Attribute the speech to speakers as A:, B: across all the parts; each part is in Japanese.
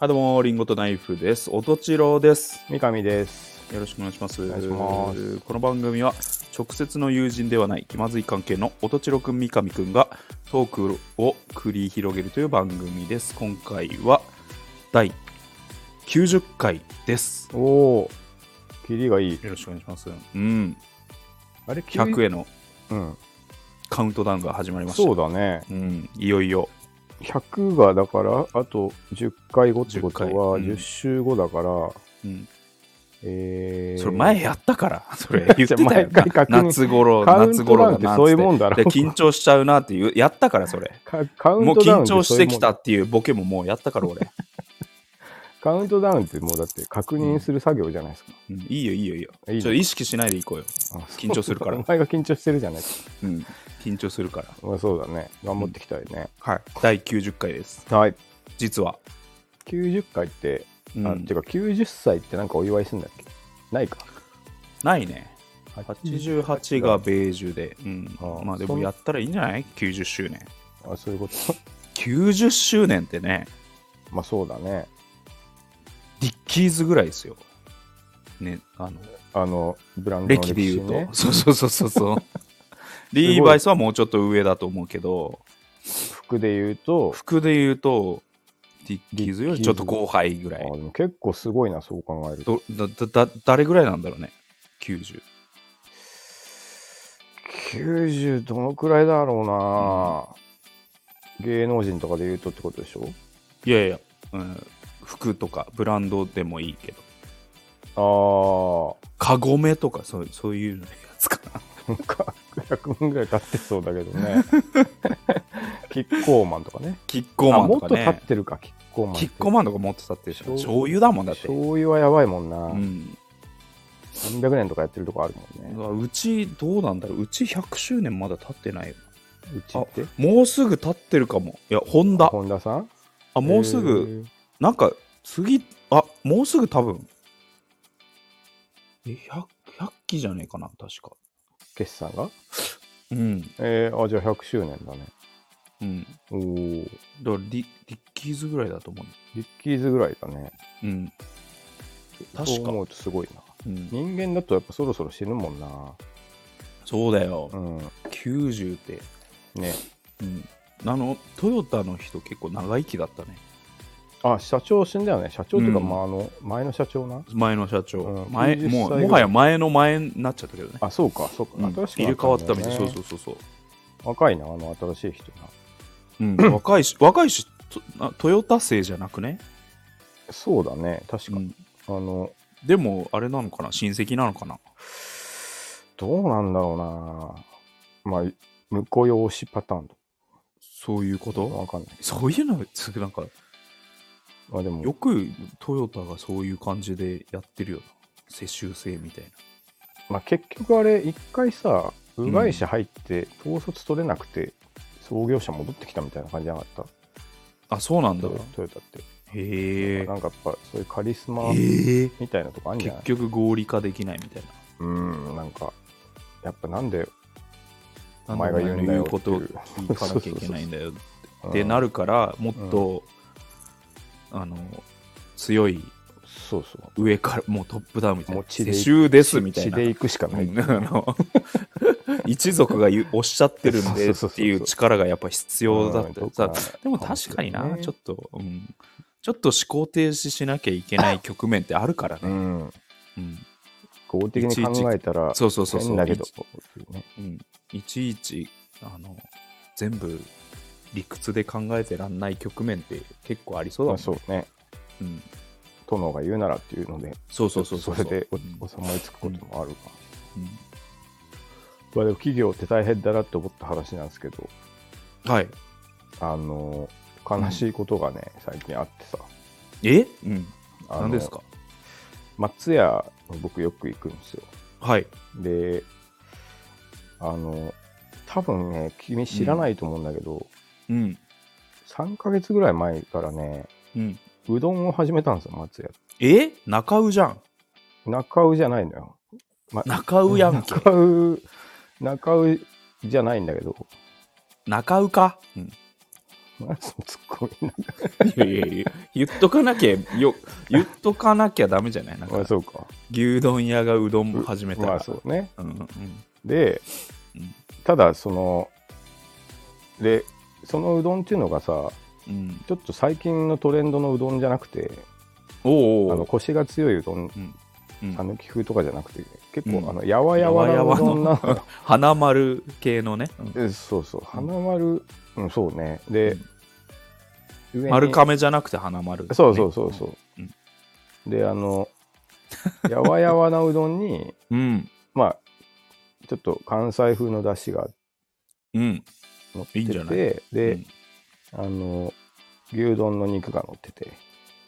A: あどうもリンゴとナイフです。おとちろうです。
B: 三上です。
A: よろしくお願いします。
B: お願いします
A: この番組は直接の友人ではない気まずい関係のおとちろくん三上くんがトークを繰り広げるという番組です。今回は第90回です。
B: おお、キリがいい。
A: よろしくお願いします。うん。
B: あれ、急に
A: 100への
B: うん。
A: カウントダウンが始まりました。
B: そうだね。
A: うん。いよいよ。
B: 100がだから、あと10回後ってこと
A: 10
B: は、
A: 回うん
B: 10週後だから、
A: うん。
B: えー、
A: それ前やったから。そ れ言ってたよ
B: 毎回確認
A: 夏頃、
B: カウン
A: 夏
B: トダウン
A: 頃
B: っ
A: だ
B: て
A: な
B: そういう
A: っ
B: もんだ
A: つっ
B: ろ
A: て。で、緊張しちゃうなっていう、やったからそれ。
B: かカウ
A: も
B: ン
A: う
B: トダウ
A: 緊
B: ンって
A: 張してき
B: そういうもん
A: たっていうボケももうやったから 俺。
B: カウントダウンってもうだって確認する作業じゃないですか。
A: うんいいよいいよいいよ。
B: いいの
A: ちょっと意識しないでいこうよ。
B: あ
A: 緊張するから
B: そうだお前が緊張してるじゃないですか。
A: うん。緊張するから。
B: まあ、そうだね。頑張っていきたいね。
A: はい。第90回です。
B: はい。
A: 実は。
B: 90回って、
A: うん
B: あてか90歳ってなんかお祝いするんだっけないか。
A: ないね。88がベージュで。うん
B: あ。あ
A: まあでもやったらいいんじゃない ?90 周年。
B: あ、そういうこと。
A: 90周年ってね、
B: まあそうだね。
A: ディッキーズぐらいですよ。ね、あの、
B: あの、ブランドの
A: 歴
B: 歴史、ね、
A: で言うと、そうそうそうそう そう。リーバイスはもうちょっと上だと思うけど、
B: 服で言うと、
A: 服で言うと、ディッキーズよりちょっと後輩ぐらい
B: あ。でも結構すごいな、そう考えると。
A: どだだ誰ぐらいなんだろうね90
B: 90どのくらいだろうな、芸能人とかで言うとってことでしょ
A: いやいや、うん、服とかブランドでもいいけど
B: あ
A: カゴメとかそうそういうのやつかな
B: あ、なんか100万ぐらい経ってそうだけどね。キッコーマンとかね。
A: キッコーマンと
B: あもっ
A: か
B: と経っ
A: ね
B: てるか、キッコーマンって。
A: キッコーマンとか持ってたってでしょ
B: 醤
A: 醤油だもんだって、
B: 醤油はやばいもんな、
A: うん、
B: 300年とかやってるとこあるもんね。
A: うちどうなんだろううち100周年まだ経ってないよ
B: うちって
A: もうすぐ経ってるかもいやホンダ
B: 本田さん
A: あもうすぐ、なんか次あもうすぐ多分え 100, 100期じゃねえかな確か
B: 決算が
A: うん
B: えー、あ、じゃあ100周年だね。
A: うん
B: おー
A: だからリリッキーズぐらいだと思う、
B: リッキーズぐらいだね。
A: うん、確か
B: そう思うとすごいな。
A: うん、
B: 人間だとやっぱそろそろ死ぬもんな。
A: そうだよ、
B: うん。
A: 90って、
B: ね。
A: うん、あのトヨタの人結構長生きだったね
B: あ、社長死んだよね。社長とか、
A: うん
B: まあ、あの、前の社長な。
A: 前の社長、
B: うん
A: 前
B: 90
A: もう
B: 歳ぐらい
A: もはや前の前になっちゃったけどね
B: あ、そうか、そうか。
A: うん
B: 新しく
A: 入れ替わったみたいそう
B: う
A: そうそうそう、
B: 若いな、あの、新しい人な。
A: うん、 若いし若いしとあトヨタ生じゃなくね、
B: そうだね、確か。
A: うん
B: あの、
A: でもあれなのかな親戚なのかな
B: どうなんだろうな。まあ、婿養子パターンと
A: そういうこ
B: か。
A: と
B: わかんない。
A: そういうのつなんか
B: まあ、で
A: よ
B: も、
A: くトヨタがそういう感じでやってるよな世襲制みたいな
B: まあ、結局あれ、一回さ、部外者入って、統率取れなくて、創業者戻ってきたみたいな感じじゃなかった。
A: あそうなんだ
B: トヨトヨタって。
A: へえ
B: なんかやっぱ、そういうカリスマ
A: へえ
B: みたいなとこあるんじゃない
A: 結局合理化できないみたいな
B: うん、なんか、やっぱなんで、
A: な
B: お前が言うんだよ
A: んでお前の言うことを聞かなきゃいけないんだよ
B: うん
A: ってなるからもっと、あの強い
B: そうそう。
A: 上からもうトップダウンみたい
B: も
A: な
B: う血で
A: 世襲ですみたい
B: 血
A: な
B: で行くしかない。
A: うんあの 一族が言うおっしゃってるんでっていう力がやっぱ必要だっ
B: うん
A: てさでも確かにな、ちょっと、うん、ちょっと思考停止しなきゃいけない局面ってあるから
B: う
A: ね、
B: ん。
A: うん、
B: 合的に考えたら、
A: そうそうそうそう
B: 変だけ
A: い
B: ど
A: ち。うん、いちいちあの全部理屈で考えてらんない局面って結構ありそうだも
B: まあ
A: ん、
B: そうね。
A: うん、
B: 殿が言うならっていうので、
A: そうそうそうそう
B: れでお
A: うん
B: 収まりつくこともあるか。
A: うん
B: まあでも企業って大変だなって思った話なんですけど、
A: はい
B: あの、悲しいことがね、最近あってさ。
A: え、うん、
B: あの
A: 何ですか
B: 松屋に僕よく行くんですよ。
A: はい
B: で、あの、多分ね、君知らないと思うんだけど、
A: うん
B: 3ヶ月ぐらい前からね、
A: うん
B: うどんを始めたんですよ、松屋。
A: え中尾じゃん
B: 中尾じゃないのよ。ま
A: 中尾やんけ
B: 中尾、中尾じゃないんだけど、
A: 中尾か、うん、
B: なんそのツッコミなんか
A: いやいやいや言っとかなきゃよ言っとかなきゃダメじゃないなん
B: まあ
A: か
B: そうか
A: 牛丼屋がうどんも始めたら、
B: まあそうね
A: うんうん
B: で
A: うん
B: ただそのでそのうどんっていうのがさ
A: うん
B: ちょっと最近のトレンドのうどんじゃなくて
A: おうおう
B: あのコシが強いうどん
A: うん
B: たぬき風とかじゃなくて結構、
A: うん
B: あのやわやわなうどんな
A: やわやわの花丸系のね、うん
B: え そうそう花丸、うん、そうねで、上に
A: 丸亀じゃなくて花丸、
B: そうそうそうそう、
A: うん
B: であのやわやわなうどんに
A: うん
B: まあちょっと関西風の出汁が
A: うん
B: 乗ってて
A: いいんじゃない
B: で、
A: うん
B: あの牛丼の肉が乗っててで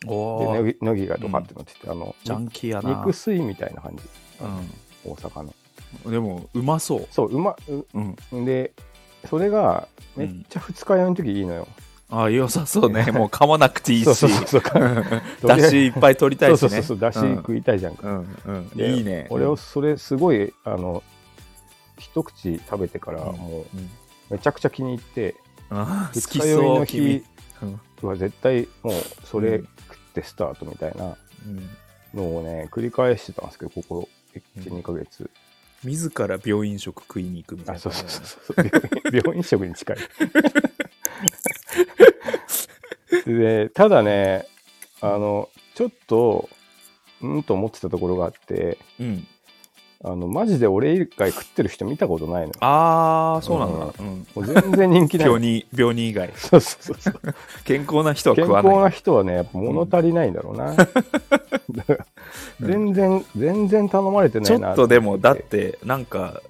A: お
B: の
A: ー
B: ぎのぎがドカって乗ってて、あの
A: ジャンキーやな
B: 肉吸いみたいな感じ
A: う
B: 大阪の
A: ん、でもうまそう、
B: そううまう
A: うん、
B: でそれがめっちゃ二日酔いの時いいのよ、
A: ああ良さそうねもう噛まなくていいし
B: そうそうそうそ う
A: だしいっぱい取りた
B: そう
A: いし
B: そ
A: ね
B: うそうそうだし食いたいじゃんか、
A: うんうんうん
B: で
A: いいね
B: 俺をそれすごいあの一口食べてから
A: うん
B: も
A: うん
B: うめちゃくちゃ気に入って、
A: あー好
B: 二
A: き
B: 日酔い
A: そう
B: の日
A: 君、うん
B: は絶対もうそれ
A: うん
B: 食ってスタートみたいな
A: うん
B: のをね繰り返してたんですけどここ12ヶ月、
A: 自ら病院食食いに行くみたい
B: あ
A: な
B: そうそうそう そう病院病院食に 近いでただねあのちょっとうんと思ってたところがあって
A: うん
B: あのマジで俺以外食ってる人見たことないのよ
A: ああそうなんだ、うん
B: もう全然人 気ない
A: 病人病人以外
B: そうそうそうそう
A: 健康な人は
B: 健
A: 食わ
B: 康
A: ない
B: な人はねやっぱ物足りないんだろう な、全然全然頼まれてな
A: ち
B: い
A: ょ
B: な
A: っとで
B: 思
A: も
B: て
A: だってなんか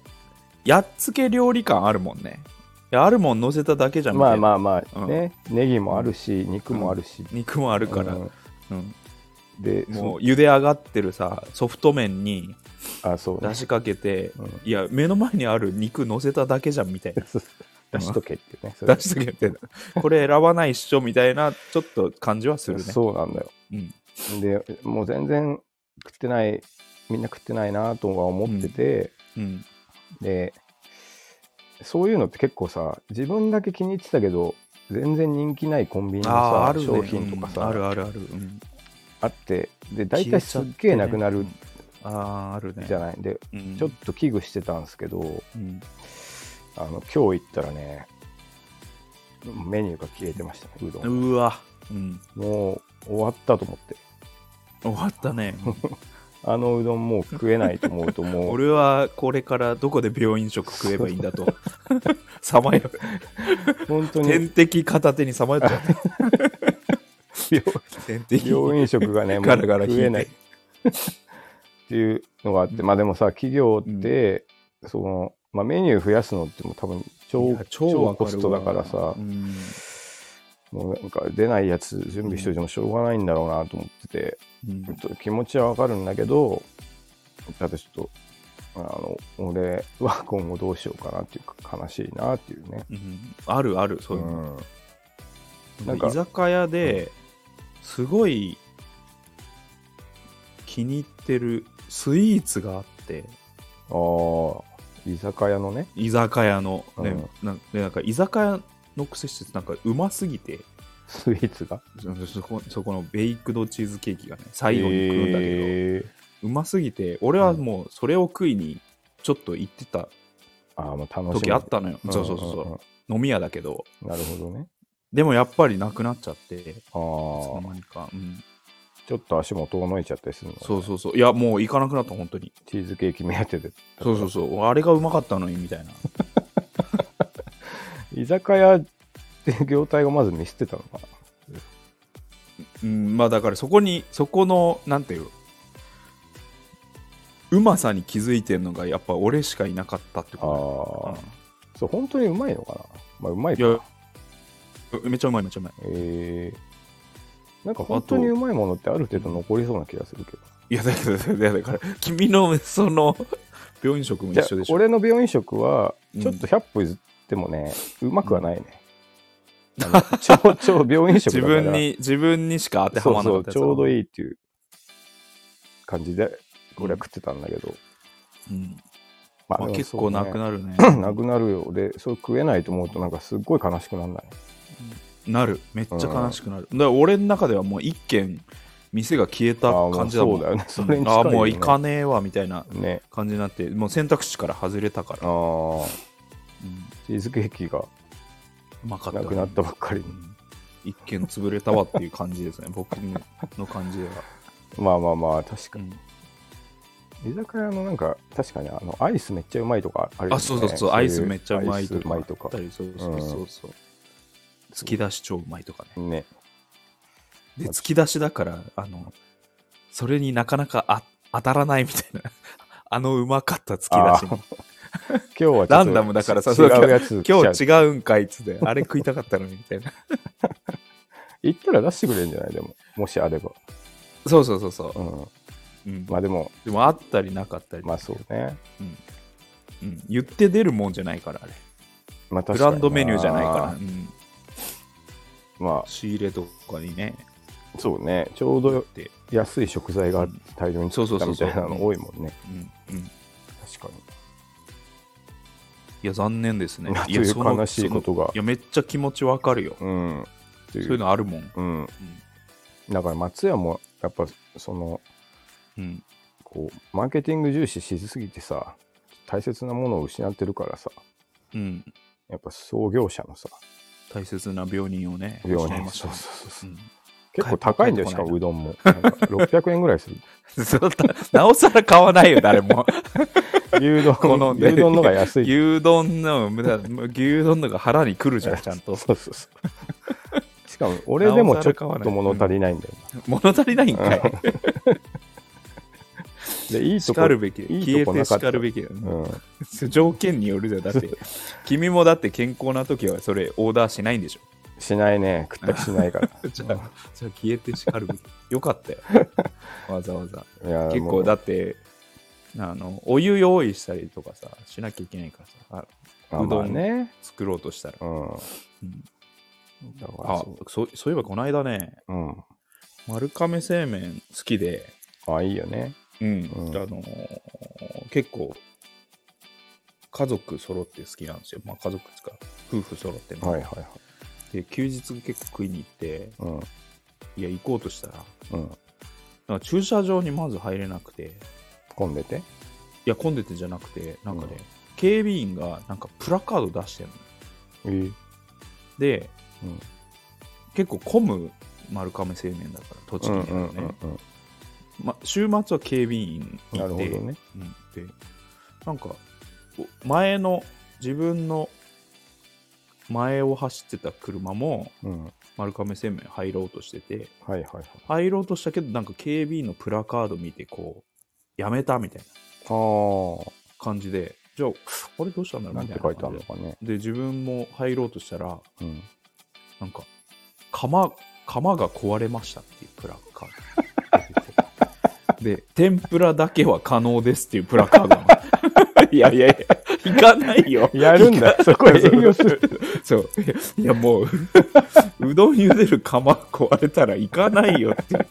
A: やっつけ料理感あるもんねいやあるもん乗せただけじゃん
B: まあ
A: あ
B: まあまあ
A: うん
B: ね、ネギもあるし肉もあるし、
A: 肉もあるから、
B: うん
A: うん
B: で
A: もう茹で上がってるさソフト麺に
B: そあそう
A: 出
B: ね
A: しかけて、
B: うん
A: いや目の前にある肉乗せただけじゃんみたいな
B: 出しとけってねそれ
A: 出しとけみたいなこれ選ばないっしょみたいなちょっと感じはするね
B: そうなんだよ
A: うん
B: でもう全然食ってないみんな食ってないなとは思ってて、
A: うん
B: でそういうのって結構さ自分だけ気に入ってたけど全然人気ないコンビニの
A: あー
B: さ
A: あるね
B: 商品とかさ、
A: うんあるあるある、うん、
B: あってで大体すっげえなくなる
A: ああーあるね
B: じゃない、で
A: うん
B: ちょっと危惧してたんですけど
A: うん
B: あの今日行ったらねメニューが消えてましたねうどん
A: うわ、うん、
B: もう終わったと思って
A: 終わったね
B: あのうどんもう食えないと思うともう
A: 俺はこれからどこで病院食食えばいいんだ とさまよ
B: 本当に
A: 点滴片手にさまよっちゃう点滴
B: 病院食がねも う
A: ガラガラ引い
B: 食
A: て
B: えないっていうのがあってまあでもさ企業ってそのまあメニュー増やすのってもう多分
A: い
B: 超
A: や
B: 超
A: わか
B: コ
A: るわ
B: ストだからさ
A: うん
B: もうなんか出ないやつ準備しといてもしょうがないんだろうなと思ってて、
A: うん
B: ちょっと気持ちはわかるんだけどただちょっとあの俺は今後どうしようかなっていうか悲しいなっていうね、
A: うんあるあるそういうの、
B: うんなんか
A: 居酒屋ですごい気に入ってるスイーツがあって
B: ああ居酒屋のね
A: 居酒屋の、ね
B: うん
A: なでなんか居酒屋の癖してなんかうますぎて
B: スイーツが
A: そそこそこのベイクドチーズケーキがね最後に来るんだけど、
B: えー
A: うますぎて俺はもうそれを食いにちょっと行ってた
B: ああもう楽しみ
A: 時あったのよ、そうそうそう,、
B: んん
A: 飲み屋だけど
B: うんなるほどね
A: でもやっぱりなくなっちゃってい
B: あ
A: つの
B: あ
A: 間にか、うん、
B: ちょっと足も遠のいちゃったりするの
A: そうそうそういやもう行かなくなった本当に
B: チーズケーキ目当てで
A: そうそうそうあれがうまかったのにみたいな
B: 居酒屋って業態がまず見捨てたのかな
A: うんまあだからそこにそこのなんていううまさに気づいてるのがやっぱ俺しかいなかったって
B: あ
A: こ
B: あ、
A: と
B: そう本当にうまいのかなまあうまいか
A: いやだ、うんめっちゃうまいめっちゃうまい
B: えー、なんか本当にうまいものってある程度残りそうな気がするけど
A: いやだけどだからだから君のその病院食も
B: じゃ
A: 一緒でしょ
B: 俺の病院食は
A: うん
B: ちょっと100歩譲ってもね、うまく はないね、あの超超病院食
A: 自
B: だから
A: 分に自分にしか当ては
B: そ
A: ま
B: う
A: らな
B: そ
A: かっ
B: う
A: た
B: ちょうど
A: い、
B: いいっていう感じで俺は食ってたんだけど、
A: うん
B: ま
A: まあ、結構なく
B: る
A: なるね
B: なくなるよでそれ食えないと思うとなんかすっごい悲しくなんない
A: なるめっちゃ悲しくなる、だから俺の中ではもう一軒店が消えた感じだもん
B: あーまあそうだよねそれに近いよね
A: あーもう行かねえわみたいな
B: ね
A: 感じになってもう選択肢から外れたか
B: あ
A: ら、
B: ー
A: うん
B: チーズケーキが
A: うまかった
B: なくなったばっかりに
A: うん一軒潰れたわっていう感じですね僕の感じでは、
B: まあまあまあ確
A: う
B: かに
A: ん
B: 居酒屋のなんか確かにあのアイスめっちゃうまいとかあるよね
A: あそうそうそう
B: い
A: アイスめっちゃうまいと
B: ア
A: か
B: イスうま
A: あったりそうそうそうそう突き出し超うまいとかね
B: ね
A: で突き出しだからあのそれになかなかあ当たらないみたいな あのうまかった突き出しに
B: 今日はちょっと
A: ランダムだからさ
B: 違うやつ
A: 今日
B: 違う
A: 違うんかいっつってあれ食いたかったのにみた いな
B: 行ったら出してくれるんじゃないでももしあれば、
A: そうそうそうそう
B: う、ん、
A: うん
B: まあでも
A: でもあったりなかったり、
B: まあそうね
A: うん、言って出るもんじゃないからあれ
B: まあ確
A: ブ
B: かに
A: ランドメニューじゃないから、うん
B: ま
A: 仕入れとかにね
B: あそうねちょうど
A: って、
B: 安い食材が大量に
A: そう
B: 作
A: そ
B: っ
A: うそ
B: た
A: うそ
B: み
A: う
B: たいなの多いもんね
A: うんうん、い
B: 確かに
A: や残念です ね
B: いや
A: や
B: という
A: その
B: 悲しいこと
A: そ
B: が
A: のいやめっちゃ気持ちわかるよ
B: うんって
A: そう
B: い
A: いう
B: う
A: のあるもん、
B: うんだから松屋もやっぱその
A: うん、
B: こうマーケティング重視しすぎてさ大切なものを失ってるからさ
A: うん、
B: やっぱ創業者のさ
A: 大切な病人をね
B: 病
A: 教え
B: 人
A: ました
B: そう
A: ね
B: そうそう
A: うん
B: 結構高いんだよ
A: 帰っ
B: してか
A: こない
B: もうどんもなんか600円ぐ らいする
A: そうだなおさら買わないよ誰 も
B: 牛丼
A: このね
B: 牛丼のが安い
A: 牛丼の無駄牛丼のが腹にくる じゃんちゃんと
B: そうそうそうしかも俺でもちょっと
A: なおさら買わない
B: 物足りないんだよ
A: 物足りないんか い
B: なでいいと
A: し
B: こ
A: かるべき
B: いい
A: 消え
B: とこな
A: て
B: か
A: し
B: った
A: かるべきだよね
B: うん
A: 条件によるじゃんだって 君もだって健康な時はそれオーダーしないんでしょ
B: しないね食った気しないから
A: じゃあじゃあ消えてしかるべきよか ったよわざわざ
B: いや
A: 結
B: も
A: 構
B: う
A: だってあのお湯用意したりとかさしなきゃいけないからさあ
B: あ
A: うどん
B: まあね
A: 作ろうとしたら、
B: うん
A: うん
B: だから
A: あ
B: そ
A: そうそういえばこの間ね
B: ううん
A: 丸亀製麺好きで、
B: あいいよね
A: うん
B: うん
A: あのー結構家族揃って好きなんですよまあ家族ですか夫婦揃ってね、
B: はいはいはい
A: で休日結構食いに行って
B: うん
A: いや行こうとしたら
B: うん
A: なんか駐車場にまず入れなくてい
B: 混んでて
A: や混んでてじゃなくてなんかね、
B: うん
A: 警備員がなんかプラカード出してるの
B: えー
A: で、
B: うん
A: 結構混む丸亀製麺だから栃
B: う
A: 木
B: ん
A: 県
B: う
A: はね、
B: んうんうん
A: ま、週末は警備員いて
B: なるほどね
A: うん、でなんかお前の自分の前を走ってた車も
B: うん
A: 丸亀製麺入ろうとしてて
B: はいはいはい
A: 入ろうとしたけどなんか警備員のプラカード見てこうやめたみたいな
B: ああ
A: 感じでじゃああれどうしたんだろう
B: なん
A: みたい
B: て
A: な
B: 書
A: 感
B: い
A: じで
B: てあるのかね
A: で自分も入ろうとしたら
B: うん
A: なんか釜釜が壊れましたっていうプラカー ドで天ぷらだけは可能ですっていうプラカードなのいやいやいや行かないよ
B: やるんだそこ営業する
A: そういやいやもう うどん茹でる釜壊れたら行かないよっていう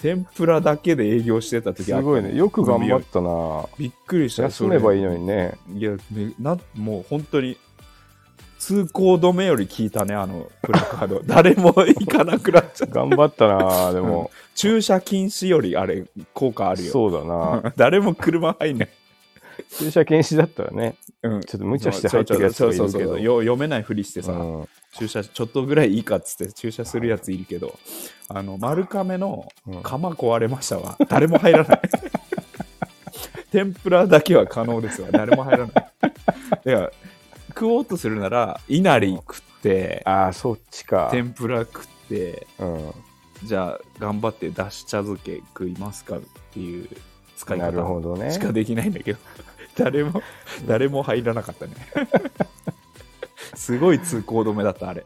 A: 天ぷらだけで営業してた時
B: す
A: あった
B: ごいねよく頑張ったな
A: びっくりした
B: 休めばいい
A: に
B: のにね
A: いや、めなんもう本当に、通行止めより聞いたね、あのプラカード。誰も行かなくなっちゃった。
B: 頑張ったなでも
A: 駐車禁止よりあれ、効果あるよ。
B: そうだな
A: 誰も車入んない。
B: 駐車禁止だったらね
A: うん
B: ちょっと無茶して入ってるやつがいる
A: そうそう
B: け
A: そうそう
B: ど
A: よ読めないふりしてさ、
B: うん
A: 駐車ちょっとぐらいいいかっつって駐車するやついるけど、あの丸亀の
B: うん
A: 釜壊れましたわ、誰も入らない 天ぷらだけは可能ですわ誰も入らないいや食おうとするならいなり食って
B: ああそっちか
A: 天ぷら食って
B: うん
A: じゃあ頑張ってだし茶漬け食いますかっていう使い
B: なるほ
A: 方
B: どね
A: しかできないんだけど 誰も誰も入らなかった ねすごい通行止めだったあれ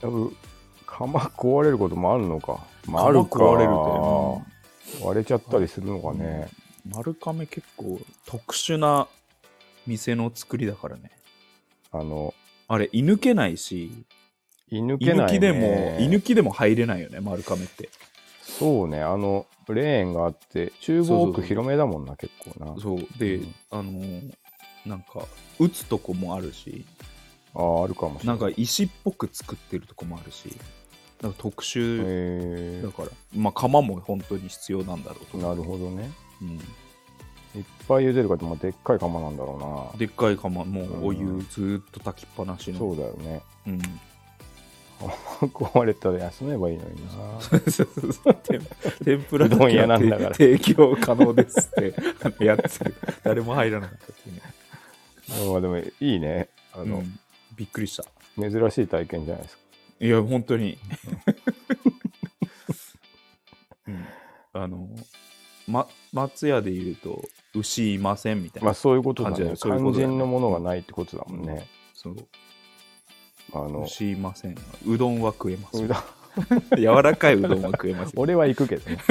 B: 多分釜壊れることもあるのか、まあ、あるか
A: 壊れると
B: 割れちゃったりするのかね、
A: 丸亀結構特殊な店の作りだからね
B: あの
A: あれ居抜けないし
B: 居抜
A: 居
B: けな
A: 抜
B: い、ね、
A: きでも居抜きでも入れないよね丸亀って
B: そうねあのレーンがあって厨
A: そうそ
B: 房
A: うそ
B: 奥
A: う
B: 広めだもんな結構な
A: そうで、
B: うん
A: あのーなんか打つとこもあるし
B: ああ、あるかもしれ
A: な
B: なんい。
A: か石っぽく作ってるとこもあるしなんか特殊
B: え
A: だから、まあ釜も本当に必要なんだろうと
B: ー、なるほどね。
A: うん、
B: いっぱい茹でるかって、まあ、でっかい釜なんだろう
A: でっかい釜もうお
B: う
A: 湯
B: ん
A: ずーっと炊きっぱなし
B: な。
A: の
B: そうだよね。
A: うん
B: 壊れたら休めばいいのにな。
A: そうそうそう天天ぷらだけは
B: うどん屋なんだから
A: 提供可能ですってあ のやつ誰も入らなかったっていうね
B: まあでもいいね。あの、
A: うんびっくりした
B: 珍しい体験じゃないですか。
A: いや本当に、うんあの、ま、松屋で言うと牛いませんみたいな、
B: まあそういうことだ
A: 感じだ
B: ね。
A: よそういうこ
B: 肝
A: とだよね
B: 心のものがないってことだもんね。
A: そう
B: あの、
A: 牛いませんうどんは食えま
B: う
A: す
B: どん
A: 柔らかいうどんは食えます
B: 俺は行くけど ね。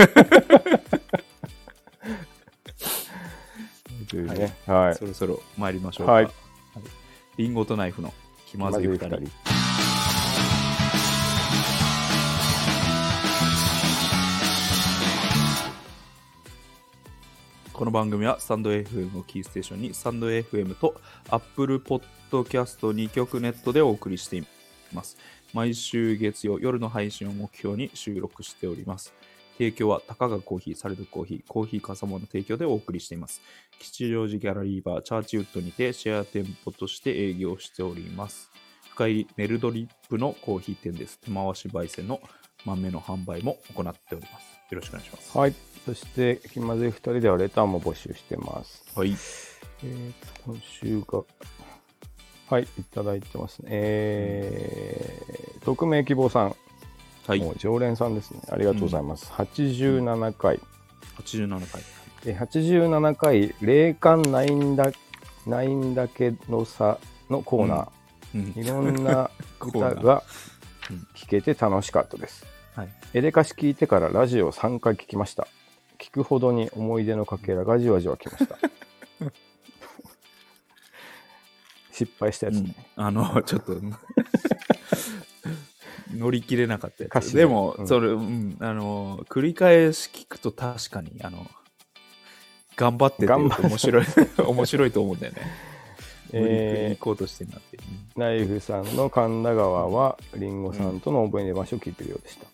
B: というね。はい。
A: そろそろ参りましょうか、
B: はい
A: はいリンゴとナイフの気まずい2人
B: まずい二
A: この番組はスタンド FM をキーステーションにスタンド FM と Apple Podcast2 曲ネットでお送りしています。毎週月曜夜の配信を目標に収録しております。提供は高がコーヒー、サルドコーヒー、コーヒーかさまの提供でお送りしています。吉祥寺ギャラリーバー、チャーチウッドにてシェア店舗として営業しております。深いネルドリップのコーヒー店です。手回し焙煎の豆の販売も行っております。よろしくお願いします。
B: はい。そして、気まずい2人ではレターも募集してます。
A: はい。
B: えーと今週が、はい、いただいてますね。えー、匿名希望さん、
A: はい。
B: もう常連さんですね。ありがとうございます。87回。
A: 87回。
B: えー87回、霊感ないんだ、ないんだけどさのコーナ
A: うん
B: ー、いろんな
A: コーナー
B: 歌が
A: うん
B: 聴けて楽しかったです。
A: はい。
B: エレカシ聞いてからラジオ3回聞きました。聞くほどに思い出のかけらがじわじわきました。失敗したやつね。
A: あの、ちょっと、乗り切れなかったや
B: 歌
A: つ。
B: 詞
A: で
B: で
A: も、
B: うん
A: それ、うん、あの、繰り返し聞くと確かに、あの、頑張ってて
B: 頑張って
A: 面白い、 面白いと思うんだよね。無理くり
B: え
A: 行こうとしてるなって。うん
B: ー、ナイフさんの神田川はリンゴさんとの覚え出話を聞いてるようでした。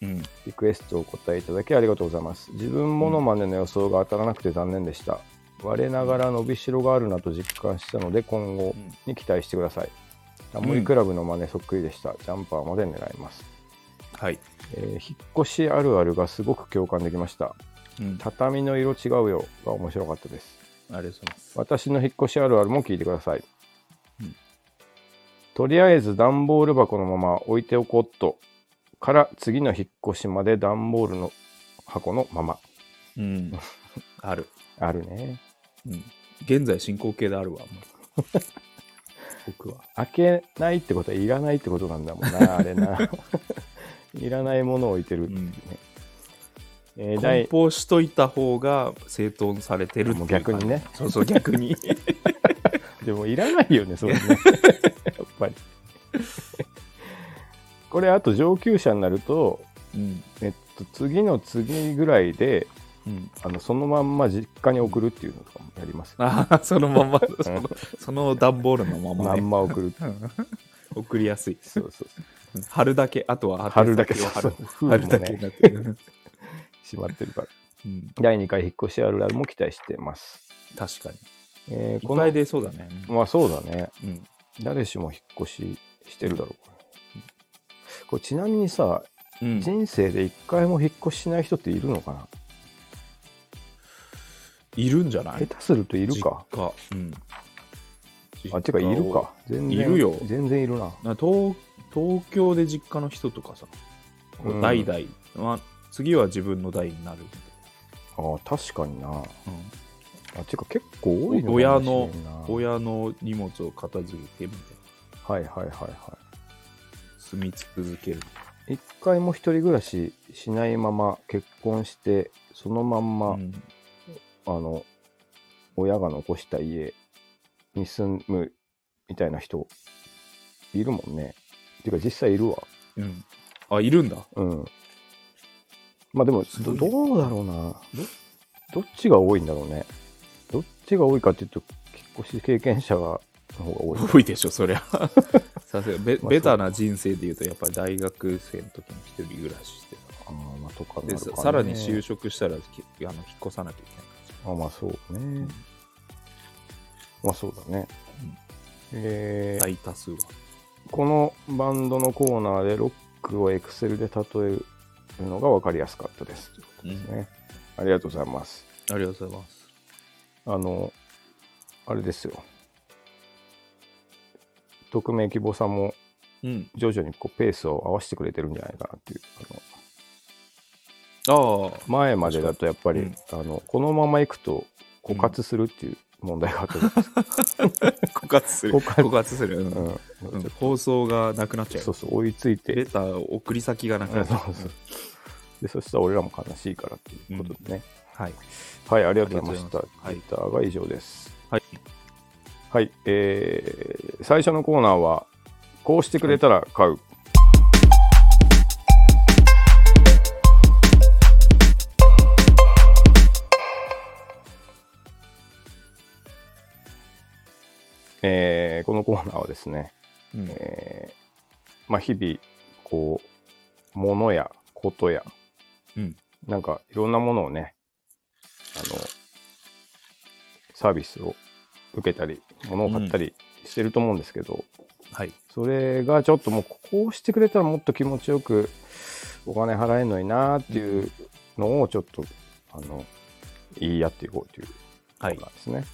A: うん。
B: リクエストをお答えいただきありがとうございます。自分モノマネの予想が当たらなくて残念でした。我ながら伸びしろがあるなと実感したので今後に期待してください。タモリクラブの真似そっくりでした。ジャンパーまで狙います。
A: はい。
B: えー引っ越しあるあるがすごく共感できました
A: うん。あ
B: 畳の色違うよが面白かったです
A: りがとうございます。
B: 私の引っ越しあるあるも聞いてください、
A: うん
B: とりあえず段ボール箱のまま置いておこうっとから次の引っ越しまで段ボールの箱のまま
A: うん。ある。
B: あるね
A: うん。現在進行形であるわ、もう 僕は。
B: 開けないってことはいらないってことなんだもんなあ れないらないものを置いてるっていうね、えー第
A: 梱包しといた方が整頓されてるっていう感じ
B: もう逆にね
A: そうそう逆に
B: でもいらないよね、それ ね。やっぱり。これ、あと上級者になると、
A: うん
B: えっと、次の次ぐらいで、
A: うん
B: あのそのまんま実家に送るっていうのとかもやりますよ。
A: ああそのまんま そのその段ボールのまま
B: ま
A: ね
B: んま 送る。
A: 送りやすい
B: そうそうそう。
A: 貼るだけあとは
B: 春だけ、
A: 貼
B: そう
A: 貼
B: そう
A: る。
B: 封
A: 貼る
B: も
A: だけに
B: ね、
A: なってる、
B: しまってるから。
A: うん、
B: 第2回引っ越しあるあるも期待してます。
A: 確かに
B: えー
A: い
B: こ
A: っぱ
B: の
A: い、出そうだね、
B: まあそうだね。
A: うん、
B: 誰しも引っ越ししてるだろう。これちなみにさ、
A: うん、
B: 人生で1回も引っ越ししない人っているのかな、
A: いるんじゃない
B: 下手するといるか。
A: 実家うん
B: あ、てかいるか。全然
A: いるよ
B: 全然いるな。
A: な東東京で実家の人とかさ、こう
B: うん
A: 代々、まあ、次は自分の代になるみたい
B: あ、確かにな。あ、
A: な、うん、
B: てか結構多いのかもしれん
A: 親
B: な
A: の親の荷物を片付けてみたい
B: はいはいはいは
A: な住み続ける、
B: い。一回も一人暮らししないまま結婚して、そのまんま、
A: うん
B: あの、親が残した家に住むみたいな人、いるもんね。てか実際いるわ。
A: うんあいるんだ
B: うん。まあでも、
A: すご
B: ど
A: いね
B: どうだろうな。どっちが多いんだろうね。どっちが多いかっていうと、引っ越し経験者がの方が多い。
A: 多いでしょ、そ りゃ。さすがベ、ベタな人生で言うと、やっぱり大学生の時に一人暮らししてた
B: あーまあ、とかな
A: で、
B: るか
A: さ
B: ね
A: さらに就職したらきあの引っ越さなきゃいけないか
B: あまあそうね。まあそうだね。えー
A: ら、大多数は。
B: このバンドのコーナーでロックをエクセルで例えるのが分かりやすかったです。ということですね。ありがとうございます。
A: ありがとうございます。
B: あの、あれですよ。匿名希望さんも
A: うん。
B: 徐々にこうペースを合わせてくれてるんじゃないかなっていう。あの
A: あ あ、
B: 前までだとやっぱり、
A: うん
B: あのこのままいくと枯渇するっていう問題があったじゃ ないですか。
A: 枯渇する。
B: 枯渇
A: 枯渇する。うん
B: うん
A: うん放送がなくなっちゃう
B: そう。そう、追いついて
A: ベタ送り先がなく
B: う
A: なっ
B: ん
A: ち
B: そ
A: ゃ
B: うそうでそしたら俺らも悲しいからっていうことでね、
A: はい。
B: はいありがとうございました
A: ありがとうございます
B: ツイッターが以上です
A: はい。
B: はいえー最初のコーナーはこうしてくれたら買うえーこのコーナーはですね、
A: うん
B: えーまあ、日々こう物やことや
A: うん。
B: なんかいろんなものをね、あの、サービスを受けたり、物を買ったりしてると思うんですけど、
A: はい。
B: それがちょっともうこうしてくれたらもっと気持ちよくお金払えるのになーっていうのをちょっと、あの、言い合っていこうという
A: は
B: こ
A: い
B: と。なんですね。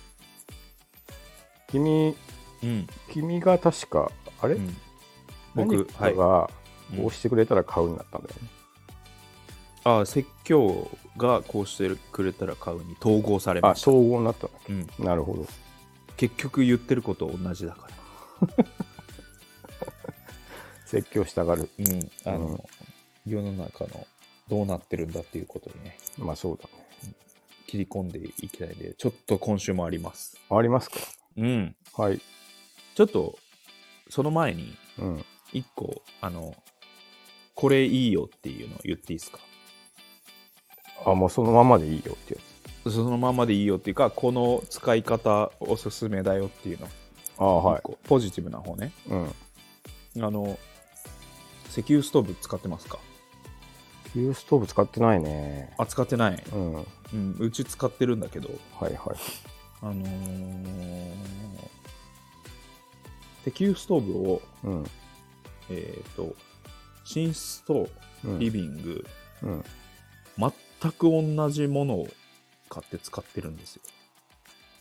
B: 君、
A: うん。
B: 君が確か、あれ、
A: うん僕、は
B: 何
A: い
B: か。がこうしてくれたら買うになったんだよね。
A: ああ、説教がこうしてくれたら買うに統合され
B: あ、
A: ました。
B: 統合になったんだ
A: うん。
B: なるほど。
A: 結局言ってること同じだから。
B: 説教したがる。
A: うん、あの、
B: うん
A: 世の中のどうなってるんだっていうことにね、
B: まあそうだね。
A: 切り込んでいきたいんで、ちょっと今週もあります。
B: ありますか
A: うん。
B: はい。
A: ちょっと、その前に、
B: うん。
A: 一個、あの、これいいよっていうのを言っていいですか
B: あ、もうそのままでいいよってや
A: そのままでいいよっていうか、この使い方おすすめだよっていうの。
B: つ。あはい
A: 一。個ポジティブな方ね。
B: うん。
A: あの、石油ストーブ使ってますか
B: 給油ストーブ使ってないね。
A: あ、使ってない。
B: うん。はい
A: うん、うち使ってるんだけど、
B: はい。
A: あのー石油ストーブを、
B: うん。
A: えっ、と、寝室と
B: うん。
A: リビング、
B: うん。
A: 全く同じものを買って使ってるんですよ。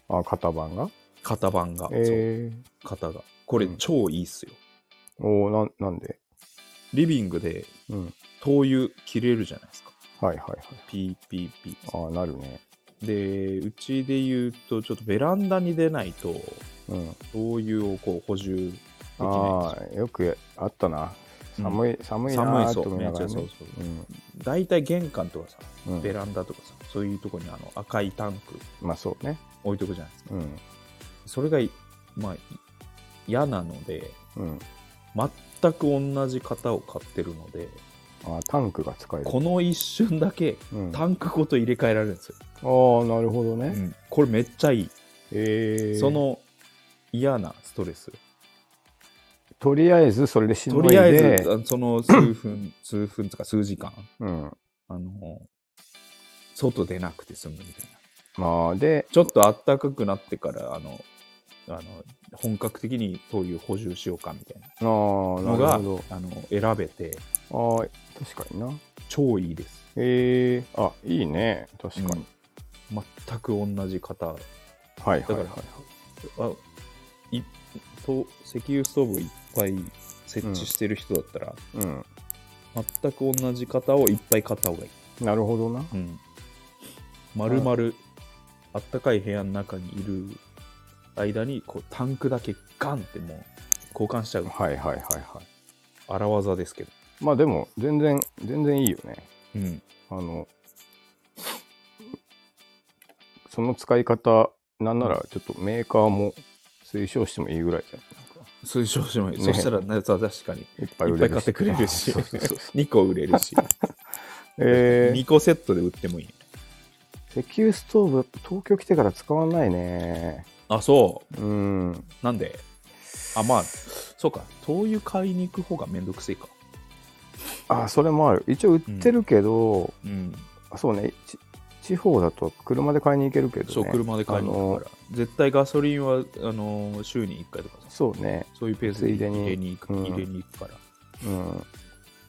B: あ、型番が
A: 型番が、そう
B: え
A: 型が。これ
B: うん
A: 超いいっすよ。
B: ー。おーな、なんで
A: リビングで
B: うん。
A: 灯油切れるじゃないですか。
B: はいはいはい。
A: ピーピーピー。
B: あーなるね。
A: で、うちで言うと、ちょっとベランダに出ないと、
B: うん。
A: 灯油をこう補充できないん
B: ああ、よくあったな。
A: うん
B: 寒い、寒
A: です
B: い
A: よ。寒
B: ないーと
A: そ
B: 思
A: う、
B: い
A: め
B: な
A: っ
B: が
A: ち
B: ら
A: ゃそ
B: ね
A: う。そう。
B: うん。
A: 大体玄関とかさ、
B: うん
A: ベランダとかさ、そういうとこにあの赤いタンク
B: まあそうね。
A: 置いとくじゃないですか。
B: うん。
A: それがい、まあ、い嫌なので、
B: うん。
A: 全く同じ型を買ってるので、
B: あータンクが使える。
A: この一瞬だけ
B: うん、あ
A: タンクごと入れ替えられるんですよ。
B: あー、なるほどね。
A: うんこれめっちゃいい。
B: えー。
A: そ、の嫌なストレス。
B: とりあえずそれでしの
A: と
B: いで。
A: りあえず、あのその数分、 数分とか数時間、
B: うん。
A: あの、外出なくて済むみたいな。
B: まあ、で、
A: ちょっと暖かくなってから、あの、あの本格的に灯油補充しようかみたいな
B: ああ、な
A: の
B: る
A: が
B: ほど。
A: あの選べて
B: ああ、確かにな。
A: 超いいです。
B: えー、あ、いいね。確かに。
A: うん全く同じ型
B: はいはいはい
A: だ。あいと石油ストーブをいっぱい設置してる人だったら、
B: うん。
A: 全く同じ型をいっぱい買った方がいい。
B: なるほどな。
A: うん、丸々あったかい部屋の中にいる間にこうタンクだけガンってもう交換しちゃう
B: はいはいはいは
A: 荒技ですけど。
B: い。まあでも、全然、全然いいよね。
A: うん
B: あの、その使い方、なんならちょっとメーカーも推奨してもいいぐらいじゃん。なんか
A: 推奨してもいい。
B: ね
A: そしたら、な確かに、
B: いっぱい
A: い
B: 売
A: っぱ
B: れ
A: い
B: る
A: 買っ
B: して
A: くれるし、
B: そうそう そう
A: 2個売れるし、
B: え
A: 2個セットで売ってもいい。
B: ー、石油ストーブ、東京来てから使わないね。
A: あ、そ
B: うん。
A: う。なんであ、まあ、そうか。灯油買いに行く方がめんどくせえか。
B: あそれもある一応売ってるけど、
A: うん。
B: あそうねち地方だと車で買いに行けるけど、ね、
A: そう、車で買いに行くから。絶対ガソリンは、あのー週に1回とかさ、
B: そうね
A: そういうペースで
B: ついでに
A: 入れに行く,、
B: うん
A: 入れに行くから。
B: うん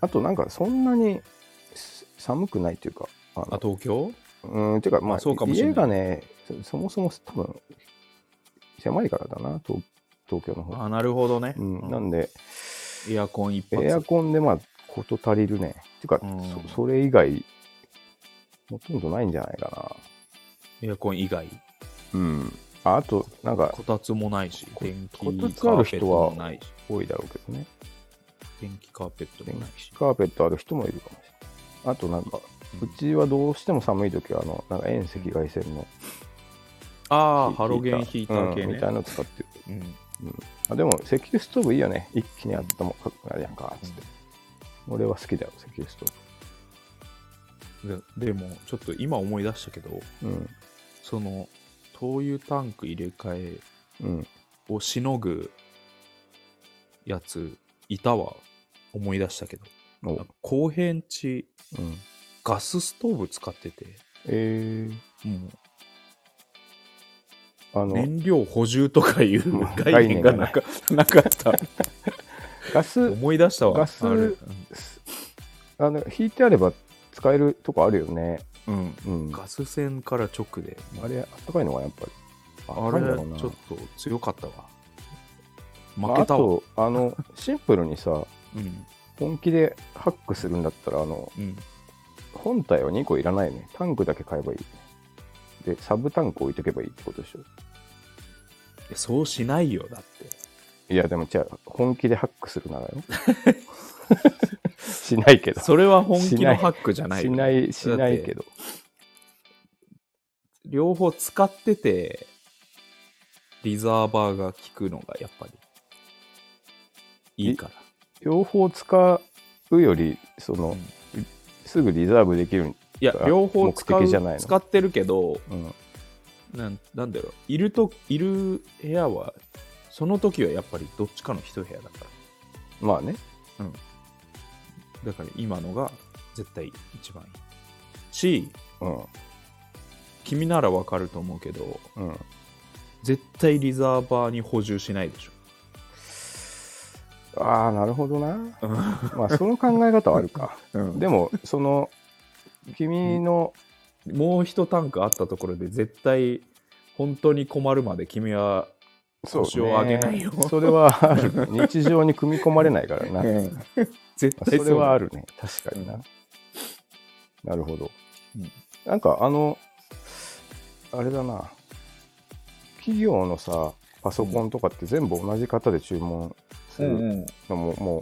B: あとなんかそんなにす寒くないっていうかあの
A: あ、東京
B: うんていうかまあ
A: あそうかもしれない
B: 家がねそそもそも多分狭いからだな東東京の方
A: あ、なるほどね。
B: うん、な
A: うん
B: んで
A: エアコン一発。
B: エアコンでまあ事足りるねていうか、
A: うん
B: そそれ以外ほとんどないんじゃないか
A: エアコン以外。
B: なうんああとなんか
A: こたつもないし、電気カ
B: こたつ
A: ー
B: ある
A: ペッ
B: 人
A: ト
B: は
A: もないし、
B: 多いだろうけどね
A: 電気カーペットもないし。
B: カーペットある人もいるかもしれないあとなんかうちはどうしても寒い時はあのなんか遠赤外線の
A: ああ、
B: ヒーター
A: ハロゲンヒーター系
B: うん
A: ね
B: みた。いなの使ってる
A: うん
B: あでも石油ストーブいいよね一気にあったもかっこなるやんかっつって、俺は好きだよ石油ストー
A: ででも、ちょっと今思い出したけど、
B: ブうん
A: その、灯油タンク入れ替え
B: うん
A: をしのぐやつ、いたわ。思い出したけど。
B: お
A: なんか後編地、
B: うん
A: ガスストーブ使ってて、
B: えー、
A: もう
B: あの
A: 燃料補充とかいう
B: もう
A: 概念がなかなかった。
B: ガス
A: 思い出したわ。
B: ガス
A: あれうん
B: あの引いてあれば使えるとこあるよね
A: うん。
B: うん
A: ガス船から直で。
B: あれあったかいのかなやっぱり
A: あ
B: ったか
A: れ
B: いんだろうな
A: ちょっと強かったわ。
B: ま
A: 負
B: あ
A: け
B: あ
A: たわ。
B: とあのシンプルにさ
A: うん
B: 本気でハックするんだったらあの
A: うん
B: 本体は2個いらないよねタンクだけ買えばいいでサブタンク置いとけばいいってことでしょ
A: いやそうしないよ、だって。
B: いやでもじゃあ本気でハックする ならよしないけど
A: それは本気
B: し
A: の
B: ない
A: ハックじゃない
B: し
A: よ
B: ないしないけど
A: 両方使ってて、リザーバーが効くのがやっぱりいいから。
B: 両方使うよりその、すぐリザーブできる、
A: いや、両方使
B: 目
A: う
B: 的じゃないの
A: 使ってるけど、
B: うん
A: なんなんだろういるといる部屋はその時はやっぱりどっちかの一部屋だから
B: まあね
A: だから今のが絶対一番いいし
B: うん
A: 君ならわかると思うけど
B: うん
A: 絶対リザーバーに補充しないでしょ
B: ああなるほどなまあその考え方はあるか
A: うん
B: でもその君の、
A: もう一タンクあったところで絶対本当に困るまで君は
B: そうね
A: 腰を上げないよ
B: それはある日常に組み込まれないからな、
A: 絶
B: まあ
A: 対
B: それはあ
A: る
B: るね確かにな、
A: うん
B: なるほど、
A: うん
B: なんかあのあれだな企業のさパソコンとかって全部同じ型で注文す
A: うん
B: る
A: うん
B: のも、も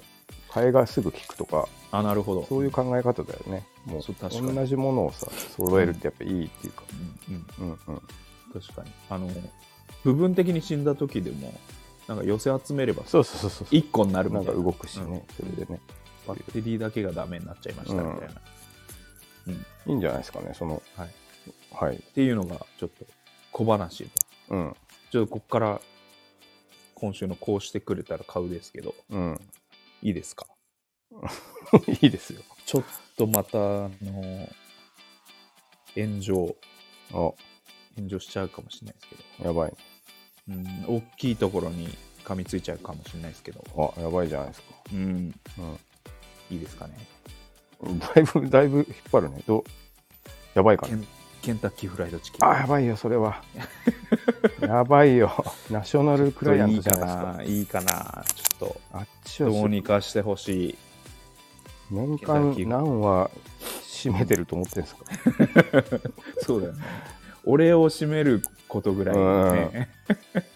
B: う替えがすぐ効くとか
A: あなるほど
B: そういう考え方だよねもう
A: そう確かに
B: 同じものをさ揃えるってやっぱいいっていうか、
A: うんうん
B: うんうん、
A: 確かにあの部分的に死んだ時でもなんか寄せ集めれば
B: そうそうそうそう
A: 1個になるみ
B: な
A: た
B: ん
A: いな
B: か動くし
A: うん
B: ね、それでね
A: バッテリーだけがダメになっちゃいましたみたいな。
B: いいんじゃないですかねその
A: はい
B: はい
A: っていうのがちょっと小話で。
B: うん
A: ちょっとここから今週のこうしてくれたら買うですけど、
B: うん
A: いいですか
B: いいですよ
A: ちょっとまた、あの、炎上、
B: あ
A: 炎上しちゃうかもしれないですけど、
B: やばい
A: うん、大きいところに噛みついちゃうかもしれないですけど、
B: あやばいじゃないですか
A: うん、
B: うん
A: いいですかね。
B: だいぶ、だいぶ引っ張るね。どうやばいか
A: ケ
B: な。
A: ンケンタッキーフライドチキン。
B: あ、やばいよ、それ は。やばいよ。ナショナルクライアントじゃないですか。
A: いいかな、いいかな、ちょっと、
B: あっちは
A: どうにかしてほしい。
B: 年間何話占めてると思って るんですか。
A: そうだよね。 俺を締めることぐらいね、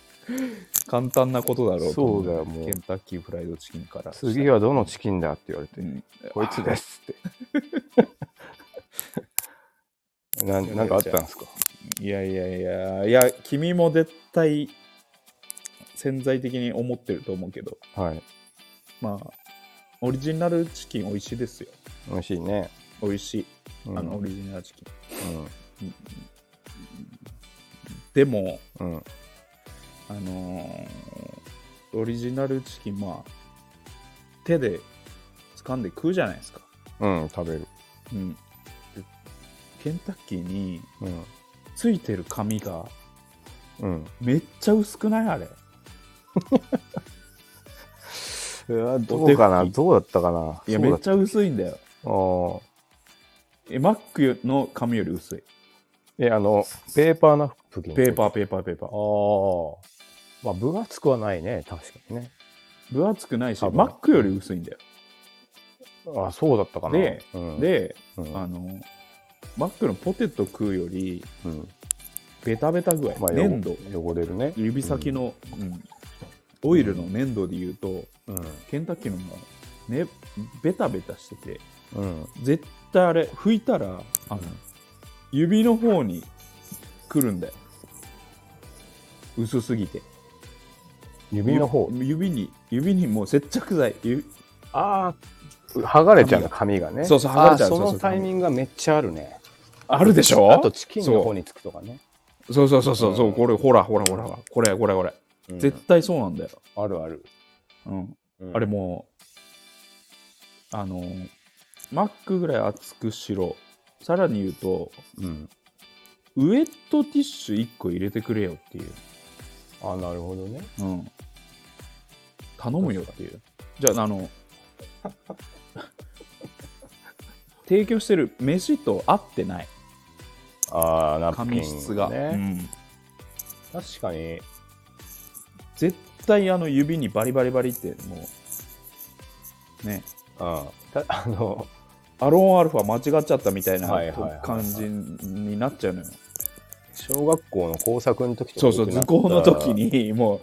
A: 簡単なことだろうと思
B: そうだよもう
A: ケンタッキーフライドチキンから。
B: 次はどのチキンだって言われ
A: う
B: て、
A: ん、
B: こいつですって。 ななんかあったんですか。
A: いやいやいや、いや、君も絶対潜在的に思ってると思うけど、
B: はい。
A: まあ、オリジナルチキン美味しいですよ。
B: 美味しいね。
A: 美味しい。
B: うん
A: あの、オリジナルチキン。
B: う
A: でも、
B: ん。うん。
A: あのーオリジナルチキン、まあ、手で掴んで食うじゃないですか。
B: うん、食べる。
A: うん。でケンタッキーに
B: うん。
A: ついてる紙が
B: うん。
A: めっちゃ薄くないあれ。
B: どうかな
A: お手拭き
B: どうだったかないい
A: や、めっちゃ薄いんだよ。
B: あー
A: え、マックの紙より薄い。
B: え、あの、ペーパーナプキン。
A: ペーパー、ペーパー、ペーパー。
B: ああ。まあ、分厚くはないね、確かにね。
A: 分厚くないし、
B: 多分
A: マックより薄いんだよ。
B: あそうだったかな。
A: で
B: うん、
A: で、
B: うん
A: あの、マックのポテト食うより、
B: うん
A: ベタベタ具合、
B: まあ、
A: 粘土、
B: よ汚れるね。
A: 指先の、うんオイルの粘土で言うと、
B: うん。
A: ケンタッキーのが、ね、ベタベタしてて、
B: うん。
A: 絶対あれ、拭いたら、あの、指の方に来るんだよ。薄すぎて。
B: 指の方。
A: 指に、指にもう接着剤。指
B: ああ、剥がれちゃうの、髪がね。
A: そうそう剥がれちゃう
B: あーそ
A: そうそ
B: の
A: う
B: タイミングがめっちゃあるね。
A: あるでしょ
B: あと、チキンの方につくとかね。
A: そうそうそうそうそう、
B: うん
A: これ、ほらほらほら、これ、これ、これ。
B: うん
A: 絶対そうなんだよ。
B: あるある。
A: うん。
B: うん
A: あれもう、あの、マックぐらい厚くしろ。さらに言うと、
B: うん。
A: ウエットティッシュ1個入れてくれよっていう。
B: あなるほどね。
A: うん。頼むよっていう。じゃあ、あの、 提供してる飯と合ってない。
B: ああ、ナプキン、ね。
A: 紙質が。うん
B: 確かに。
A: 絶対あの指にバリバリバリってもうね
B: あた あの、
A: アロンアルファ間違っちゃったみたいな
B: はいはいはいはい
A: 感じになっちゃうのよ
B: 小学校の工作の時とか
A: そうそう
B: よくな
A: 図
B: った
A: 工の時。にもう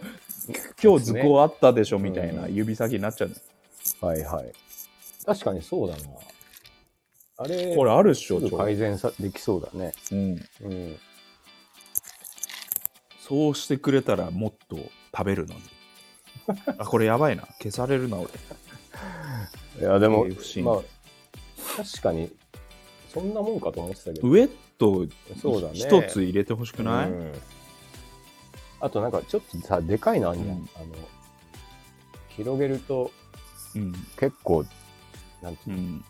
A: 今日図工あったでしょ
B: ね
A: みたいな指先になっちゃうのよ
B: はいはい。確かにそうだな。あれ、
A: これあるっし
B: ちょ
A: ょ
B: っ
A: ち
B: と
A: ょう
B: 改善さできそうだね。
A: どうん
B: うん。
A: そうしてくれたらもっと食べる のにあこれやばいな消されるな俺
B: いや、でも
A: っていう不、審
B: まあ、確かに、そんなもんかと思ってたけど。
A: ウエット
B: そうだね
A: 一つ入れてほしくない、
B: うんあとなんかちょっとさ、でかいのあんじゃん。
A: うん
B: あの、広げると
A: うん
B: 結構、なんていううの、
A: ん、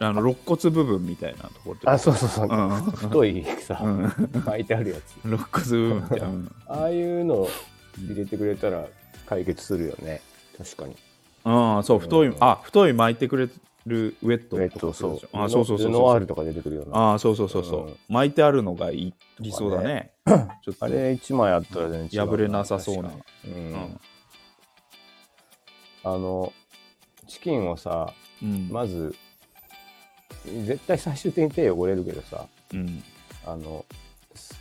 A: あの肋骨部分みたいなところってこと
B: あ、そうそうそう。
A: うん
B: 太いさ、
A: うん
B: 巻いてあるやつ。
A: 肋骨部分みたいな、うん
B: ああいうの入れてくれたら解決するよね。確かに。
A: ああそう太い、
B: うん
A: あ太い巻いてくれるウェット
B: えっと、そう。
A: あそうそうそう
B: ノワ
A: そ
B: ー
A: う
B: ルとか出てくるような。あ
A: ああそうそうそうそう、
B: うん
A: 巻いてあるのがいい理想だねちょっと
B: れ1枚あったら全然違う
A: 破れなさそうな
B: 確かにうん
A: うん
B: あの、チキンをさ、
A: うん
B: まず、絶対最終的に手汚れるけどさ、
A: うん
B: あの、す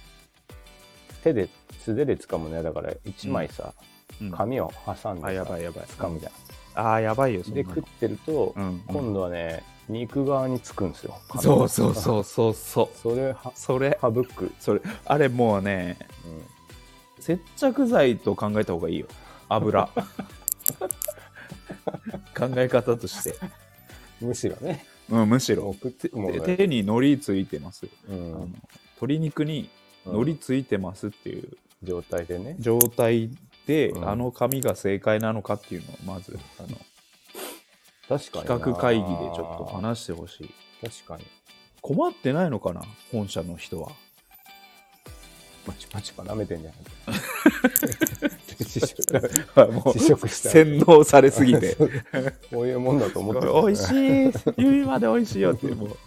B: 手で、素手で掴むの嫌だから、1枚さ、
A: うん
B: 紙を挟んでさ、
A: あやばいやばい
B: 掴むじゃ
A: ああやばいよそ
B: ん。
A: ん
B: で、
A: なの
B: 食ってると、
A: うん
B: 今度はね、肉側につくんですよ。紙
A: そうそうそうそうそう
B: それは
A: それ
B: 省く、
A: それあれもうね
B: うん
A: 接着剤と考えた方がいいよ 油考え方として、
B: むしろね
A: うん、むしろ
B: 送ってもうね
A: 手にのりついてます、
B: う
A: あ
B: ん
A: の鶏肉にのりついてますっていう
B: 状態でね
A: 状態で、
B: うん
A: あの紙が正解なのかっていうのをまずあの
B: 確かにな
A: 企画会議でちょっと話してほしい
B: 確かに
A: 困ってないのかな本社の人は
B: パチパチパ舐めて ん じゃない試食
A: もう
B: 試食した
A: 洗脳されすぎ て
B: こういうもんだと思
A: こ
B: って
A: れ
B: た
A: 美味しい指まで美味しいよってもう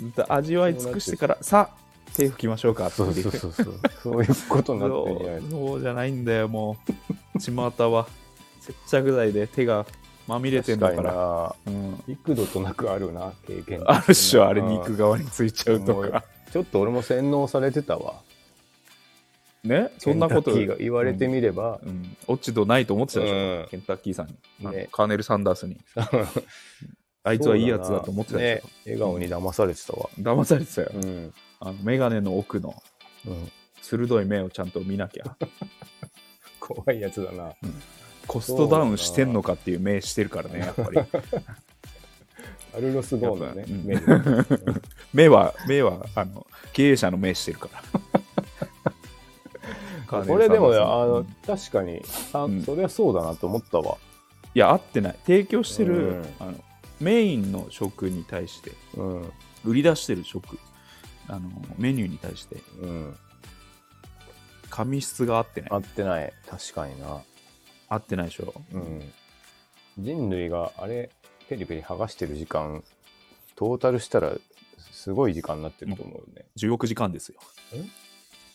A: ずっと味わい尽くしてからさあ手拭きましょうかってい
B: そうそうそうそうそういうことになってんじゃない
A: そうそうじゃないんだよもう 巷は接着剤で手がまみれてんだから
B: ら
A: うん、
B: 幾度となくあるな経験
A: あるっしょあれ
B: うん
A: 肉側についちゃうと
B: 思う
A: か
B: よちょっと俺も洗脳されてたわ
A: ねそんなこと
B: ケンタッキーが言われてみれば
A: う、ん、落ち度ないと思ってたでしょ、
B: うん
A: ケンタッキーさんに、あの
B: ね
A: カーネル・サンダース にあいつはいいやつだと思ってたでしょ、
B: ね笑顔に騙されてたわ
A: 騙されてたよ、
B: うん
A: あの眼鏡の奥の
B: うん
A: 鋭い目をちゃんと見なき ゃ
B: 怖いやつだな
A: コストダウンしてんのかっていう目してるからねやっぱり
B: アルロスゴーの
A: や
B: ね、
A: っぱ
B: メニューうん
A: 目は目はあの経営者の目してるからカーネル
B: これでもね、
A: サンダーソン
B: あの、確かに、あ
A: うん
B: そりゃそうだなと思ったわ。
A: いや合ってない提供してる、
B: うん
A: あのメインの食に対して
B: うん。
A: 売り出してる食あのメニューに対して
B: うん。
A: 紙質が合ってない
B: 合ってない。確かにな。
A: 合ってないでしょ、
B: うん。人類があれ、ペリペリ剥がしてる時間、トータルしたら、すごい時間になってると思うね。
A: 10億時間ですよ
B: え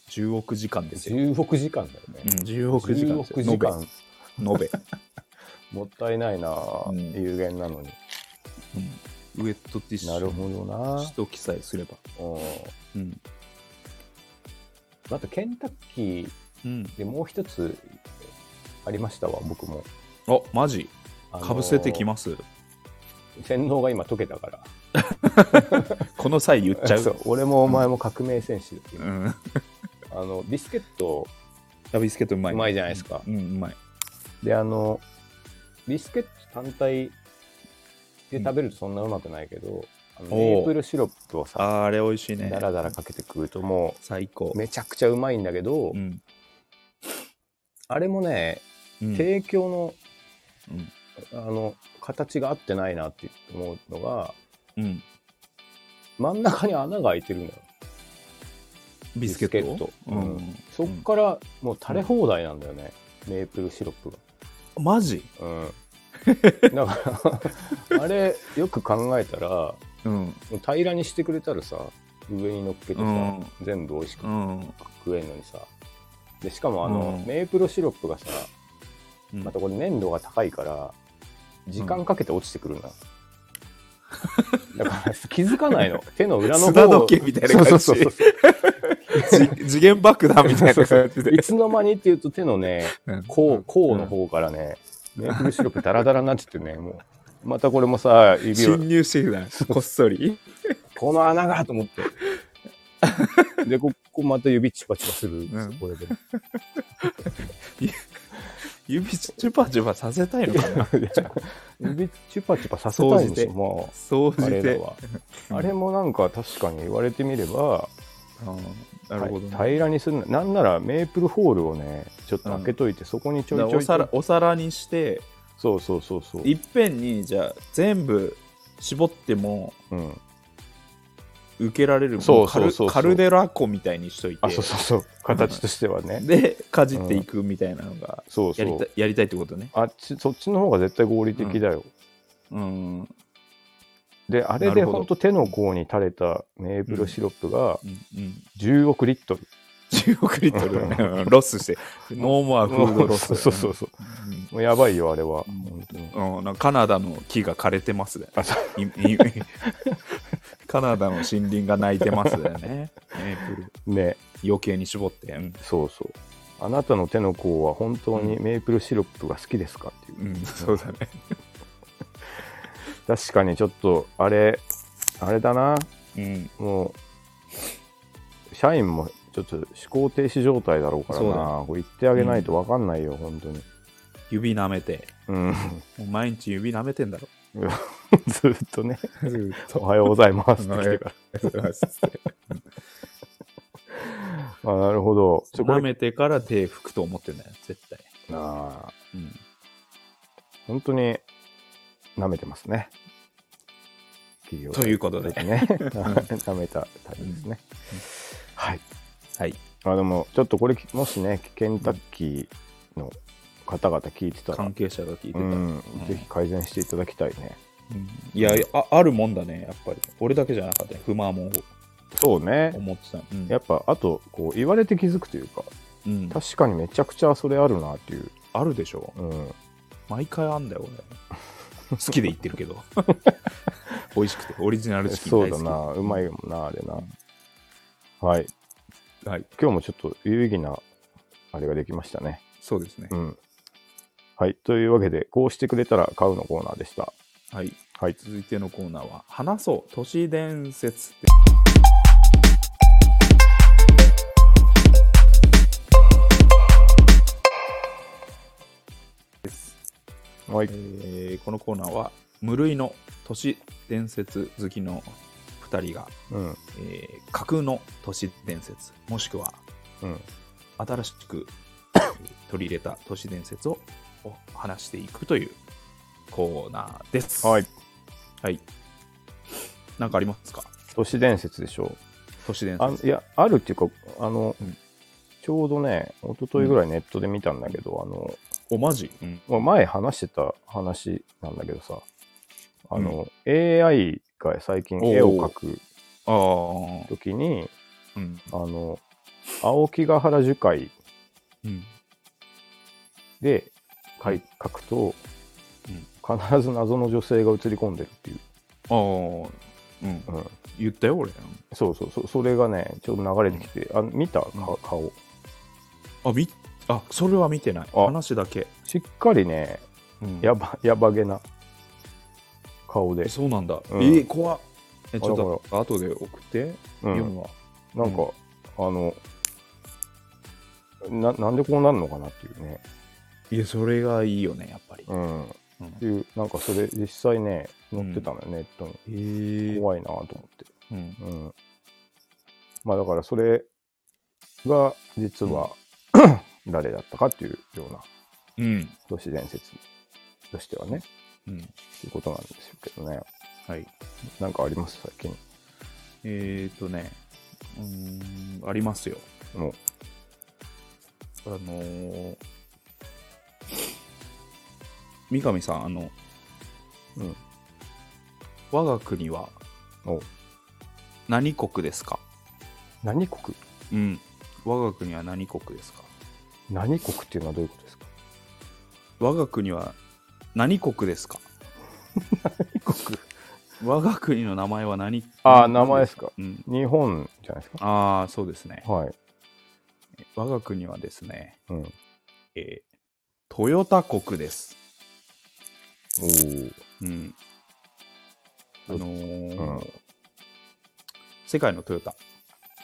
A: 10億時間ですよ、
B: 10億時間だよ
A: う
B: ね
A: ん、。10億時間ですよ
B: 10億時間。
A: 延べ延
B: もったいないな、
A: うん
B: 有限なのに。
A: べ、う ん、ウエットティッシ
B: なる
A: ュ
B: ほどな。
A: と記載すれば
B: うん
A: うん、
B: あと、ケンタッキー
A: うん、
B: でもう一つありましたわ、僕も。
A: あマジ
B: あのー
A: かぶせてきます、
B: 洗脳が今解けたから。
A: この際言っちゃ
B: そうう俺もお前も革命戦士、
A: うん
B: あのビスケット
A: ラビスケットうまいうう
B: まいじゃないですか
A: うんうまい
B: であのビスケット単体で食べるとそんなうまくないけど、あの
A: おう
B: メープルシロップを
A: あ
B: さ
A: ーあれ美味しいね
B: ダラダラかけて食うとも
A: 最高
B: うめちゃくちゃうまいんだけど、
A: うん
B: あれもね
A: うん
B: 提供の,、
A: うん
B: あの形が合ってないなって思うのが
A: うん
B: 真ん中に穴が開いてるんだよ
A: ビスケット
B: ビスケット
A: う、
B: うんそっからもう垂れ放題なんだよね、メープルシロップが。
A: マジ
B: うん、だからあれよく考えたらも
A: うん
B: う平らにしてくれたらさ上に乗っけてさ、
A: うん
B: 全部美味しく
A: うん
B: 食えるのにさでしかもあの、
A: うん
B: メープルシロップがさ
A: うん
B: またこれ粘度が高いから時間かけて落ちてくるんだ、だから気づ かないの手の裏の方
A: 砂時計みたいな感じ
B: そうそうそ うそう
A: じ次元爆弾みたいな感じで
B: いつの間にっていうと手のね
A: うん
B: こう、こうの方からね、メープルシロップダラダラになっててね、もう。またこれもさ、指を
A: 侵、入してきたこっそり
B: この穴がと思って。で、ここまた指チパチパする。
A: うん
B: これで。
A: 指チュパチュパさせたいのかな
B: 指チュパチュパさせたいんですよ、
A: 総
B: も
A: 総
B: う。
A: じ
B: あれ
A: て
B: だわ。あれもなんか確かに言われてみれば、
A: あーなるほど、ね、
B: 平らにするな。なんならメープルホールをね、ちょっと開けといて、そこにちょい
A: だ
B: ち
A: からお
B: ょい
A: 皿お皿にして
B: そうそうそうそう。
A: いっぺんにじゃあ全部絞っても
B: うん。
A: 受けられる
B: そう
A: もカル
B: そうそうそう
A: カルデラ湖みたいにしといて
B: あ、そうそうそう。形として はね。
A: でかじっていくみたいなのが
B: そうそ
A: やり
B: う
A: た。やりたいってことね
B: あっち、そっちの方が絶対合理的だよ。
A: うんうん
B: で、あれ
A: な
B: で
A: るほど
B: ほんと手の甲に垂れたメープルシロップが
A: うん
B: 10億リットル。
A: 10億リットルロスしてノーモアフードロス
B: そうそうそうそう。もうやばいよ、あれは。
A: うん
B: 本当に。
A: うんうんなんかカナダの木が枯れてますね
B: あそ
A: いいカナダの森林が泣いてますよねメープル
B: ね、
A: 余計に絞ってうん
B: そうそう。あなたの手の甲は本当にメープルシロップが好きですかっていう。
A: うんそうだね
B: 確かにちょっと、あれ、あれだな。
A: うん
B: もう、社員もちょっと思考停止状態だろうから
A: そう
B: な。これ言ってあげないと分かんないよ、本当に。
A: 指舐めて
B: うん。
A: もう毎日指舐めてんだろ
B: ずっとね、
A: ずっ
B: おはようございますって来てから。あなるほど。ちょこれ
A: 舐めてから手拭くと思ってんだよ絶対
B: ああ、
A: うん
B: 本当に舐めてますね。企業
A: と いうことで
B: ね。 舐めたタイプですね。はい。
A: はい
B: あでも、ちょっとこれ、もしね、ケンタッキーの方々聞いてたら
A: 関、係者が聞いてた
B: う
A: ら
B: ん、ぜひ改善していただきたいね。
A: いやあ、あるもんだね、やっぱり。俺だけじゃなかったね、不満も
B: そうね。
A: 思ってた。うん、
B: やっぱ、あと、こう、言われて気づくというか、
A: うん
B: 確かにめちゃくちゃそれあるなっていう。
A: あるでしょ。
B: うん。
A: 毎回あんだよ、 俺。好きで言ってるけど。美味しくて、オリジナルチキン
B: そ
A: 大
B: う
A: 好
B: だ
A: き。
B: な。うまいもんな、あれな。はい。
A: はい、
B: 今日もちょっと有意義な、あれができましたね。
A: そうですね
B: う。ん。はい。というわけで、こうしてくれたら買うのコーナーでした。
A: はい、
B: はい。
A: 続いてのコーナーは、話そう、都市伝説って。です
B: はい。
A: えーこのコーナーは無類の都市伝説好きの2人が、
B: うん。
A: えー架空の都市伝説もしくは
B: うん。
A: 新しく取り入れた都市伝説をお話していくというコーナーです。
B: はい。
A: はい。なんかありますか
B: 都市伝説でしょう。
A: 都市伝
B: あ
A: 説。
B: いや、あるっていうか、あの、
A: うん
B: ちょうどね、一昨日ぐらいネットで見たんだけど、あの、
A: お、マジ、うん、
B: まあ前話してた話なんだけどさ、あの、AI が最近
A: おー
B: 絵を描く
A: ああ。
B: ときに、
A: うん。
B: あの、青木ヶ原樹海
A: うん。
B: で描い描くと、
A: うん
B: 必ず謎の女性が映り込んでるっていう、
A: ああ。うん。
B: うん、
A: 言ったよ、俺。
B: そうそうそう、それがね、ちょうど流れてきて、あ見たか
A: うん
B: 顔。
A: あ、み、あ、それは見てない。
B: あ
A: 話だけ。
B: しっかりね、
A: うん
B: やば、やばげな顔で
A: え。そうなんだ。
B: うん
A: えー、怖っ。え、ちょっと、後で送って、
B: う
A: 読
B: ん
A: むわ。
B: なんか、あのな、なんでこうなるのかなっていうね、
A: いや、それがいいよね、やっぱり。
B: うん、っ
A: うん
B: ていう、なんかそれ、実際ね、載ってたのよ、ネット
A: え
B: に。
A: ー
B: 怖いなと思って。
A: うん、
B: うん。まあだから、それが実は、誰だったかっていうような
A: うん、
B: 都市伝説としてはね、
A: うん、
B: っていうことなんですけどね。
A: はい。
B: なんかあります、最近。
A: えっ、ー、とね、うーん、ありますよ。
B: も
A: あのー三上さん、あの、
B: う。うん。
A: 我が国は
B: お
A: 何国ですか
B: 何国
A: うん。我が国は何国ですか
B: 何国っていうのはどういうことですか
A: 我が国は何国ですか我が国の名前は何
B: ああ、名前ですか。
A: うん。
B: 日本じゃないですか。
A: ああ、そうですね。
B: はい。
A: 我が国はですね、
B: うん。
A: えー、トヨタ国です。
B: おお。
A: うん。あのー
B: うん
A: 世界のトヨタ。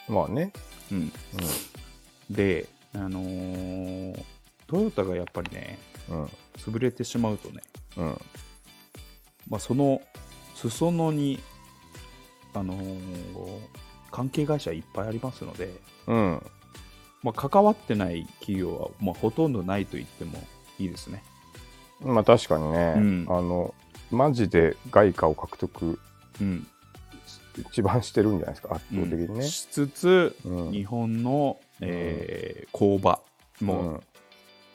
B: まあね。
A: うん。で、あのートヨタがやっぱりね、
B: うん。うん。
A: 潰れてしまうとね、
B: うん。
A: まあ、その裾野に、あのー関係会社いっぱいありますので、
B: うん。
A: まあ、関わってない企業は、まあ、ほとんどないと言ってもいいですね。
B: まあ確かにね、
A: うん
B: あの、マジで外貨を獲得
A: うん。
B: 一番してるんじゃないですか、圧倒的に
A: うん
B: ね。
A: しつつ、
B: うん
A: 日本の、えー工場もう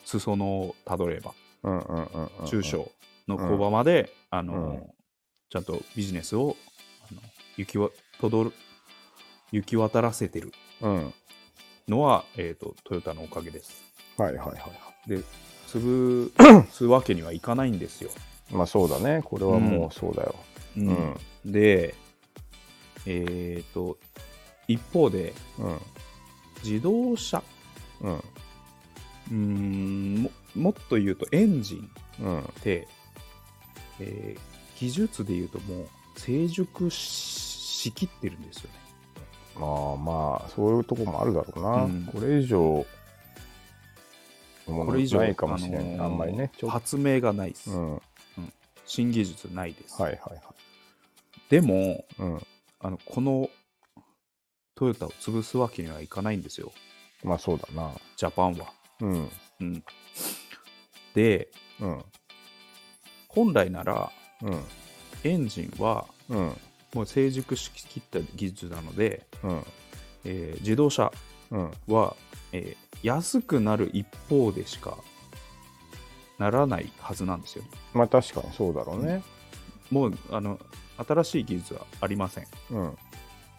A: 裾野をたどれば、
B: うん、うんうんうんうん。
A: 中小の工場まで、あの
B: うん
A: ちゃんとビジネスをあの行きわとどる行き渡らせてる
B: うん。
A: のは、えー、とトヨタのおかげです。
B: はいはいはい。
A: で潰 すわけにはいかないんですよ。
B: まあそうだね、これはもうそうだよ。
A: う
B: うんん。
A: で、えっ、と一方で
B: うん。
A: 自動車
B: うん。
A: うーんももっと言うとエンジン
B: うん。
A: って、えー技術で言うともう成熟ししきってるんですよね。
B: まあまあ、そういうとこもあるだろうな。
A: うん
B: これ以上、
A: これ以上
B: ないかもしれない、
A: あのー
B: あんまりね。ちょっ
A: 発明がないです、
B: と。うん。はい
A: 新技術ないです、
B: はいはい。
A: でも
B: うん。
A: あのこのトヨタを潰すわけにはいかないんですよ
B: まあそうだな。
A: ジャパンは、
B: うん。
A: うん、で
B: うん。
A: 本来なら
B: うん。
A: エンジンは
B: うん。
A: もう成熟しきった技術なので、
B: うん。
A: えー自動車
B: うん。
A: は、えー安くなる一方でしかならないはずなんですよね
B: まあ確かにそうだろうね。
A: もうあの新しい技術はありません
B: うん。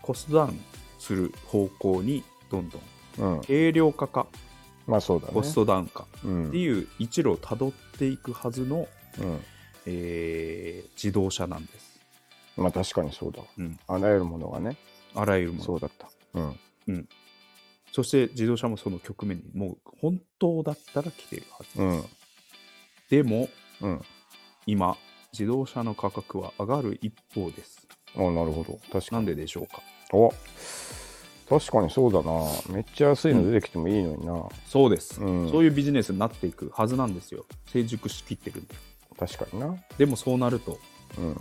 A: コストダウンする方向にどんどん
B: うん。
A: 軽量化か
B: まあそうだね。
A: コストダウンか
B: うん。
A: っていう一路をたどっていくはずの、
B: うん。
A: えー自動車なんです、
B: まあ確かにそうだわ。
A: うん、
B: あらゆるものがね、
A: あらゆるものそ
B: そ
A: う
B: だった。うん。
A: して自動車もその局面にもう本当だったら来ているはず、
B: うん。
A: でも
B: うん。
A: 今自動車の価格は上がる一方です
B: あなるほど。確か
A: な
B: に。
A: んででしょうか
B: お確かにそうだな。めっちゃ安いの出てきてもいいのにな。
A: そうです、
B: うん
A: そういうビジネスになっていくはずなんですよ成熟しきってるんで
B: 確かにな。
A: でもそうなると
B: うん。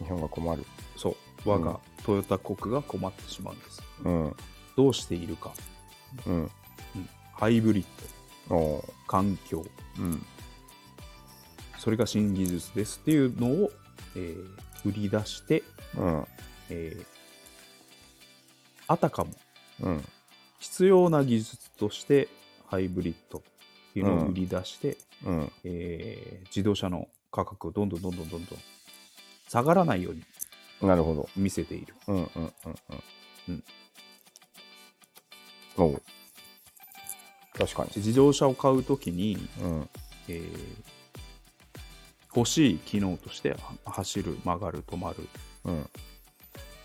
B: 日本が困る。
A: そう我がトヨタ国が困ってしまうんです、
B: うん。
A: どうしているか
B: うん。
A: ハイブリッド、
B: おー
A: 環境、
B: うん
A: それが新技術ですっていうのを、えー売り出して、
B: うん
A: えーあたかも
B: うん
A: 必要な技術としてハイブリッドっていうのを売り出して、
B: うん
A: えー自動車の価格をどんどんどんどんどんどん下がらないように
B: なるほど
A: 見せている。
B: うんうんうんう
A: うんん
B: おう確かに
A: で自動車を買うときに、
B: うん
A: えー欲しい機能としては走る、曲がる、止まる、
B: うん
A: う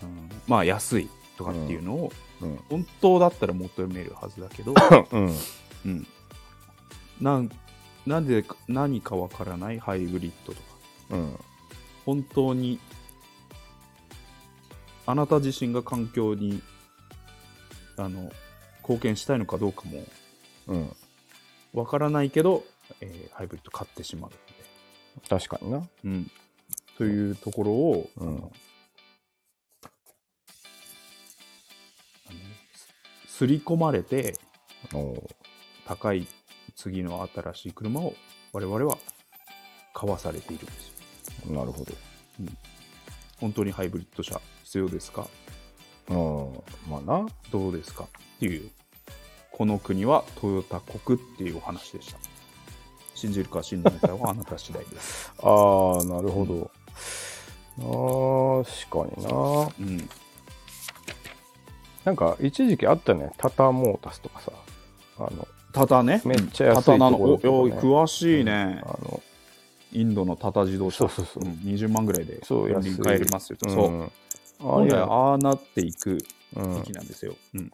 A: んまあ安いとかっていうのを
B: うん
A: 本当だったら求めるはずだけど、
B: うん
A: うん、なんなんでか何かわからないハイブリッドとか
B: うん
A: 本当にあなた自身が環境にあの貢献したいのかどうかも
B: うん
A: わからないけど、えーハイブリッド買ってしまうの
B: 確かにな
A: で、うん、というところを、
B: うん
A: あのあのす刷り込まれて
B: おう
A: 高い次の新しい車を我々は買わされているんですよ
B: なるほど
A: 本当にハイブリッド車必要ですか
B: うんまあな
A: どうですかっていうこの国はトヨタ国っていうお話でした信じるか信じないかはあなた次第 です、
B: ああなるほど、確かにな
A: うん、
B: なんか一時期あったねタタモータスとかさあの
A: タタね
B: めっち
A: タ
B: ゃ安いと
A: タなの
B: ころ
A: お
B: とかね
A: おい詳しいね、
B: あの
A: インドのタタ自動車、
B: そうそうそうん
A: 20万ぐらいで
B: そう
A: 四
B: 安い
A: 輪買えますよとそう、
B: んあ
A: 本
B: れ
A: 来ああなっていく
B: うん
A: 時期なんですよ、うん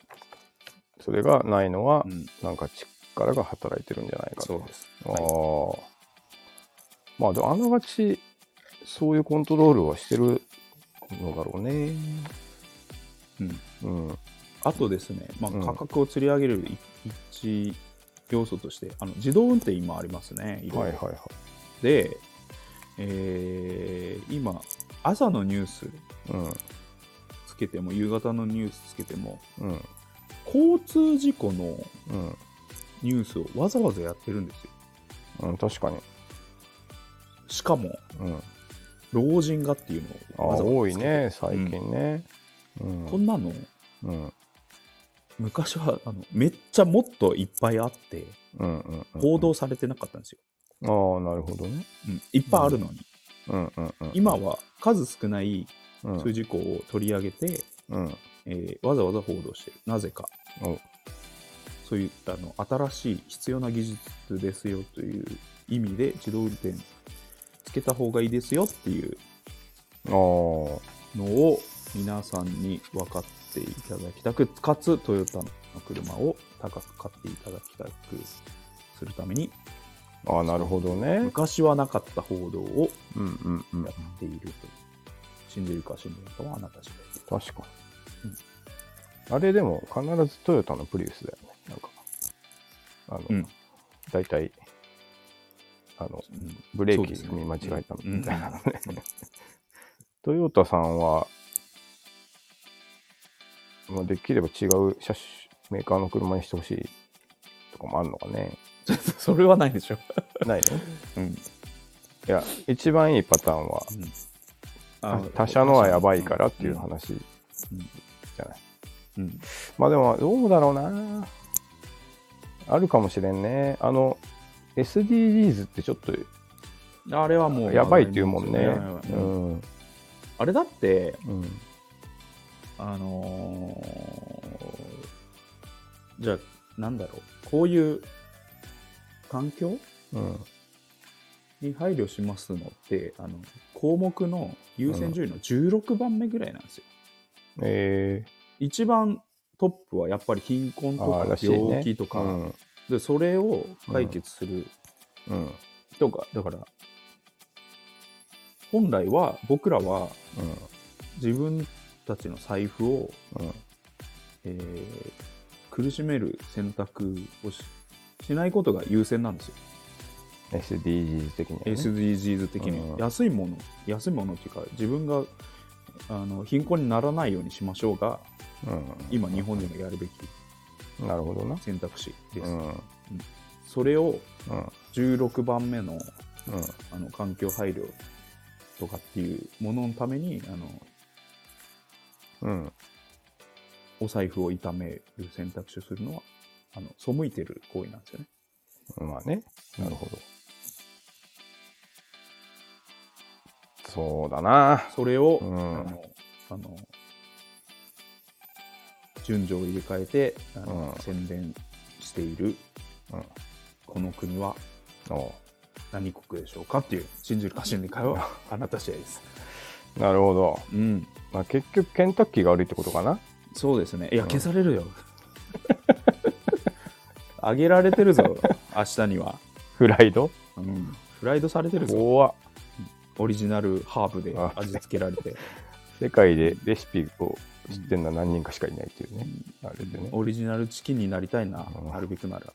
B: それがないのは、
A: うん
B: なんか力が働いてるんじゃないか
A: そ
B: と
A: うです、
B: あ
A: はい
B: ーまあでもあながちそういうコントロールはしてるのだろうね
A: うん
B: うん
A: あとですね、まあ
B: うん、
A: 価格を吊り上げる一一要素として、あの自動運転今ありますね、いろいろ
B: はいはいはい
A: で、えー今、朝のニュース
B: う
A: つけても、夕方のニュースつけても、
B: んうん
A: 交通事故の
B: うん
A: ニュースをわざわざやってるんですよ。
B: うん、確かに。
A: しかも、
B: うん、あ
A: 老人がっていうのをわざわざ
B: 多い
A: つけて
B: ね、最近ね。うん
A: こんなの、
B: うん
A: 昔はあのめっちゃもっといっぱいあって、
B: うんうんうん
A: 報道されてなかったんですよ。
B: ああ、なるほどね。
A: うん、いっぱいあるのに。
B: うんうんうん、
A: 今は数少ない
B: うん、
A: そういう事故を取り上げて、
B: うん、
A: えーわざわざ報道してる。なぜか。
B: お
A: そういうあの新しい必要な技術ですよという意味で自動運転つけた方がいいですよっていう
B: あ
A: のを皆さんに分かっていただきたく、かつトヨタの車を高く買っていただきたくするために、
B: あああ、なるほどね。
A: 昔はなかった報道を
B: うんうんうん
A: や、っているという。信じるか信じないかはあなた次第です。
B: 確かに。
A: うん
B: あれでも必ずトヨタのプリウスだよね。なんか、あの、
A: うん
B: 大体、あの、
A: うん
B: ブレ
A: そ
B: ー
A: うです
B: キ
A: ね
B: 踏み間違えたみたいなのね。
A: うんうん
B: トヨタさんは、まあ、できれば違う車種、メーカーの車にしてほしいとかもあるのかね。
A: それはないでしょ。
B: ないの
A: うん
B: いや、一番いいパターンは、
A: あ
B: 他社のはやばいからっていう話じゃない。
A: うんうん
B: まあでも、どうだろうな。あるかもしれんね。あの、SDGs ってちょっと
A: あれはもう
B: やばいっていうもんね。
A: やばいやばい
B: うん。うん
A: あれだって、
B: うん。
A: あのーじゃあ、なんだろう、こういう環境
B: うん。
A: に配慮しますのって、あの項目の優先順位の16番目ぐらいなんですよ。
B: え
A: 一番トップはやっぱり貧困
B: ー、
A: と
B: あー
A: から
B: しいね。
A: 病気とか、
B: うん。
A: でそれを解決する
B: うん。
A: 人が、だから、本来は僕らは
B: うん。
A: 自分たちの財布を
B: うん。
A: えー苦しめる選択をししないことが優先なんですよ、
B: SDGs 的には、ね。
A: SDGs 的には、
B: うん
A: 安いもの、安いものっていうか、自分があの貧困にならないようにしましょうが、
B: うん。
A: 今、日本人がやるべき
B: なるほどな。
A: 選択肢です。
B: うん。うん。
A: それを
B: うん。
A: 16番目のあの環境配慮とかっていうもののためにあの
B: うん。
A: お財布を痛める選択肢をするのはあの背いてる行為なんですよね。
B: まあね。なるほど。そうだな。
A: それを、
B: うん
A: あのあの順序を入れ替えてあの、
B: うん
A: 宣伝している
B: うん。
A: この国は
B: お
A: 何国でしょうかっていう信じるか信じるかはあなた次第です。
B: うなるほど。
A: うん、
B: まあ、結局、ケンタッキーが悪いってことかな。
A: そうですね。いや
B: うん
A: 消されるよ。あげられてる ぞ明日には、
B: フライド
A: うん。フライドされてるぞ。
B: 怖っ
A: オリジナルハーブで
B: あ
A: 味付けられて、
B: 世界でレシピを知ってるのは何人かしかいないっていうね。あれでね。
A: オリジナルチキンになりたいな
B: う、ん
A: なるべくなら。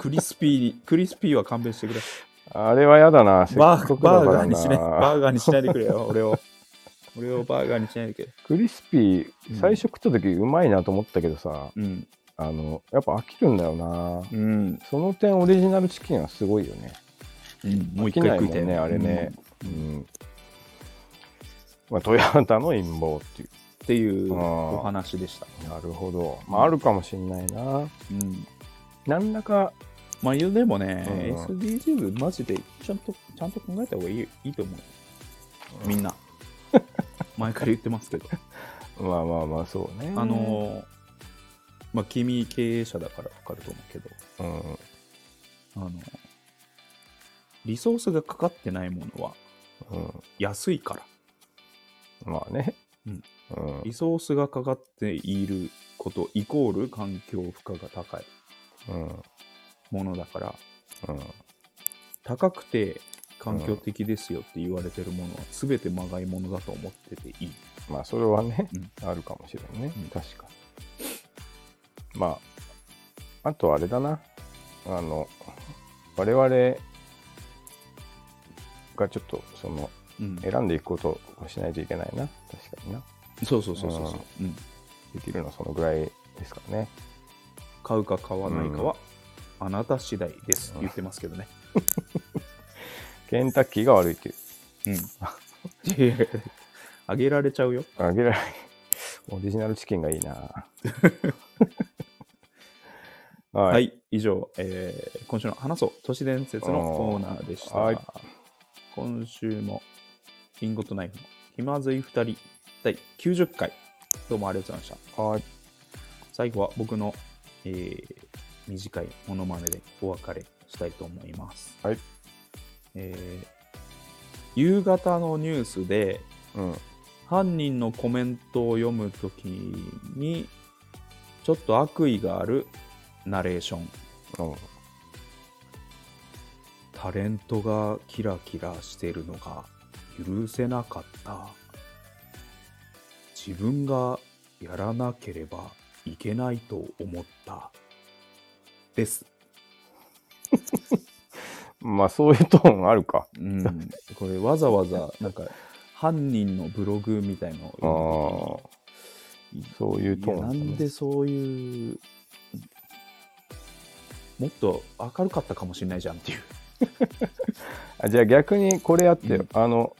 A: クリスピーに、クリスピーは勘弁してくれ。
B: あれはやだな。せっ
A: バ
B: か
A: ー
B: くだ
A: バー
B: か
A: ガー
B: ら
A: にしない、
B: な。
A: バーガーにしないでくれ よ、俺を。俺をバーガーにしないでくれ。
B: クリスピー
A: うん、
B: 最初食った時うまいなと思ったけどさ、
A: うん。
B: あの、やっぱ飽きるんだよな。
A: うん。
B: その点オリジナルチキンはすごいよね。
A: もう
B: 飽き
A: 一
B: な
A: 回食
B: いも
A: い
B: ん
A: て。
B: ね、あれね。うん。まあ、トヨタの陰謀っていう。
A: っていう
B: あー
A: お話でした。
B: なるほど。まあ、あるかもしんないな。
A: うん。
B: 何らか、
A: まあ、いやでもね、
B: う
A: SDGs マジでちゃんと、ちゃんと考えた方がいいいいと思う。みんな。 前から言ってますけど。
B: まあまあまあ、そうね。
A: あ、のーまあ、君経営者だから分かると思うけど、
B: うん。
A: あのリソースがかかってないものは
B: うん。
A: 安いから、
B: まあね。
A: うん
B: うん。
A: リソースがかかっていることイコール環境負荷が高い
B: うん。
A: ものだから、
B: うん。
A: 高くて環境的ですよって言われてるものは全てまがいものだと思ってていい。
B: まあそれはね、あるかもしれんね、
A: うん
B: 確かにまああとあれだなあの我々がちょっとその
A: うん、
B: 選んでいくことをしないといけないな確かにな
A: そうそうそうそうそう、うん。
B: できるのはそのぐらいですからね
A: 買うか買わないかはあなた次第です、言ってますけどね。
B: ケンタッキーが悪いっていう
A: うん。 いやいやあげられちゃうよ。
B: あげられないオリジナルチキンがい いな
A: はい、
B: はい、
A: 以上、えー今週の話そう都市伝説のコーナーでした。
B: はい
A: 今週もリンゴとナイフの気まずい2人第90回どうもありがとうございました。
B: はい、
A: 最後は僕の、えー短いモノマネでお別れしたいと思います。
B: はい
A: えー夕方のニュースで
B: うん
A: 犯人のコメントを読むときにちょっと悪意があるナレーション
B: うん
A: タレントがキラキラしてるのが許せなかった自分がやらなければいけないと思ったです、
B: まあそういうトーンあるか
A: うん、これわざわざなんか犯人のブログみたいの
B: あ
A: を
B: あそういう
A: 読んでいやな
B: トーンだね
A: んでそういうもっと明るかったかもしれないじゃんっていう、
B: あじゃあ逆にこれやってよ、あの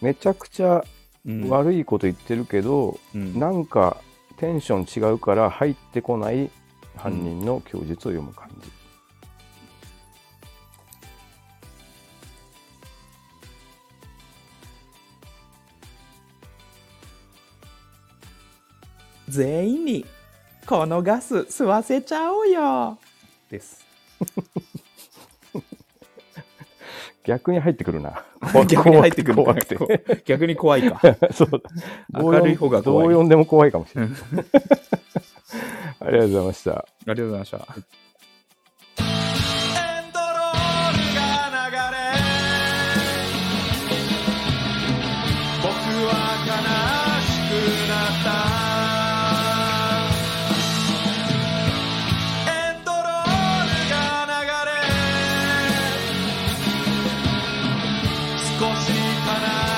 B: めちゃくちゃ
A: うん
B: 悪いこと言ってるけど、
A: うん
B: なんかテンション違うから入ってこない犯人の供述を読む感じ、
A: 全員にこのガス吸わせちゃおうよです
B: 逆に入ってくる な
A: 逆に入ってくる
B: 怖くて怖 くて
A: 逆に怖いか
B: そうど
A: 明
B: う
A: るい方が怖い
B: どう読んでも怖いか もしれないありがとうございました
A: ありがとうございました
C: エンドロールが流れ僕は悲しくなったエンドロールが流れ少し悲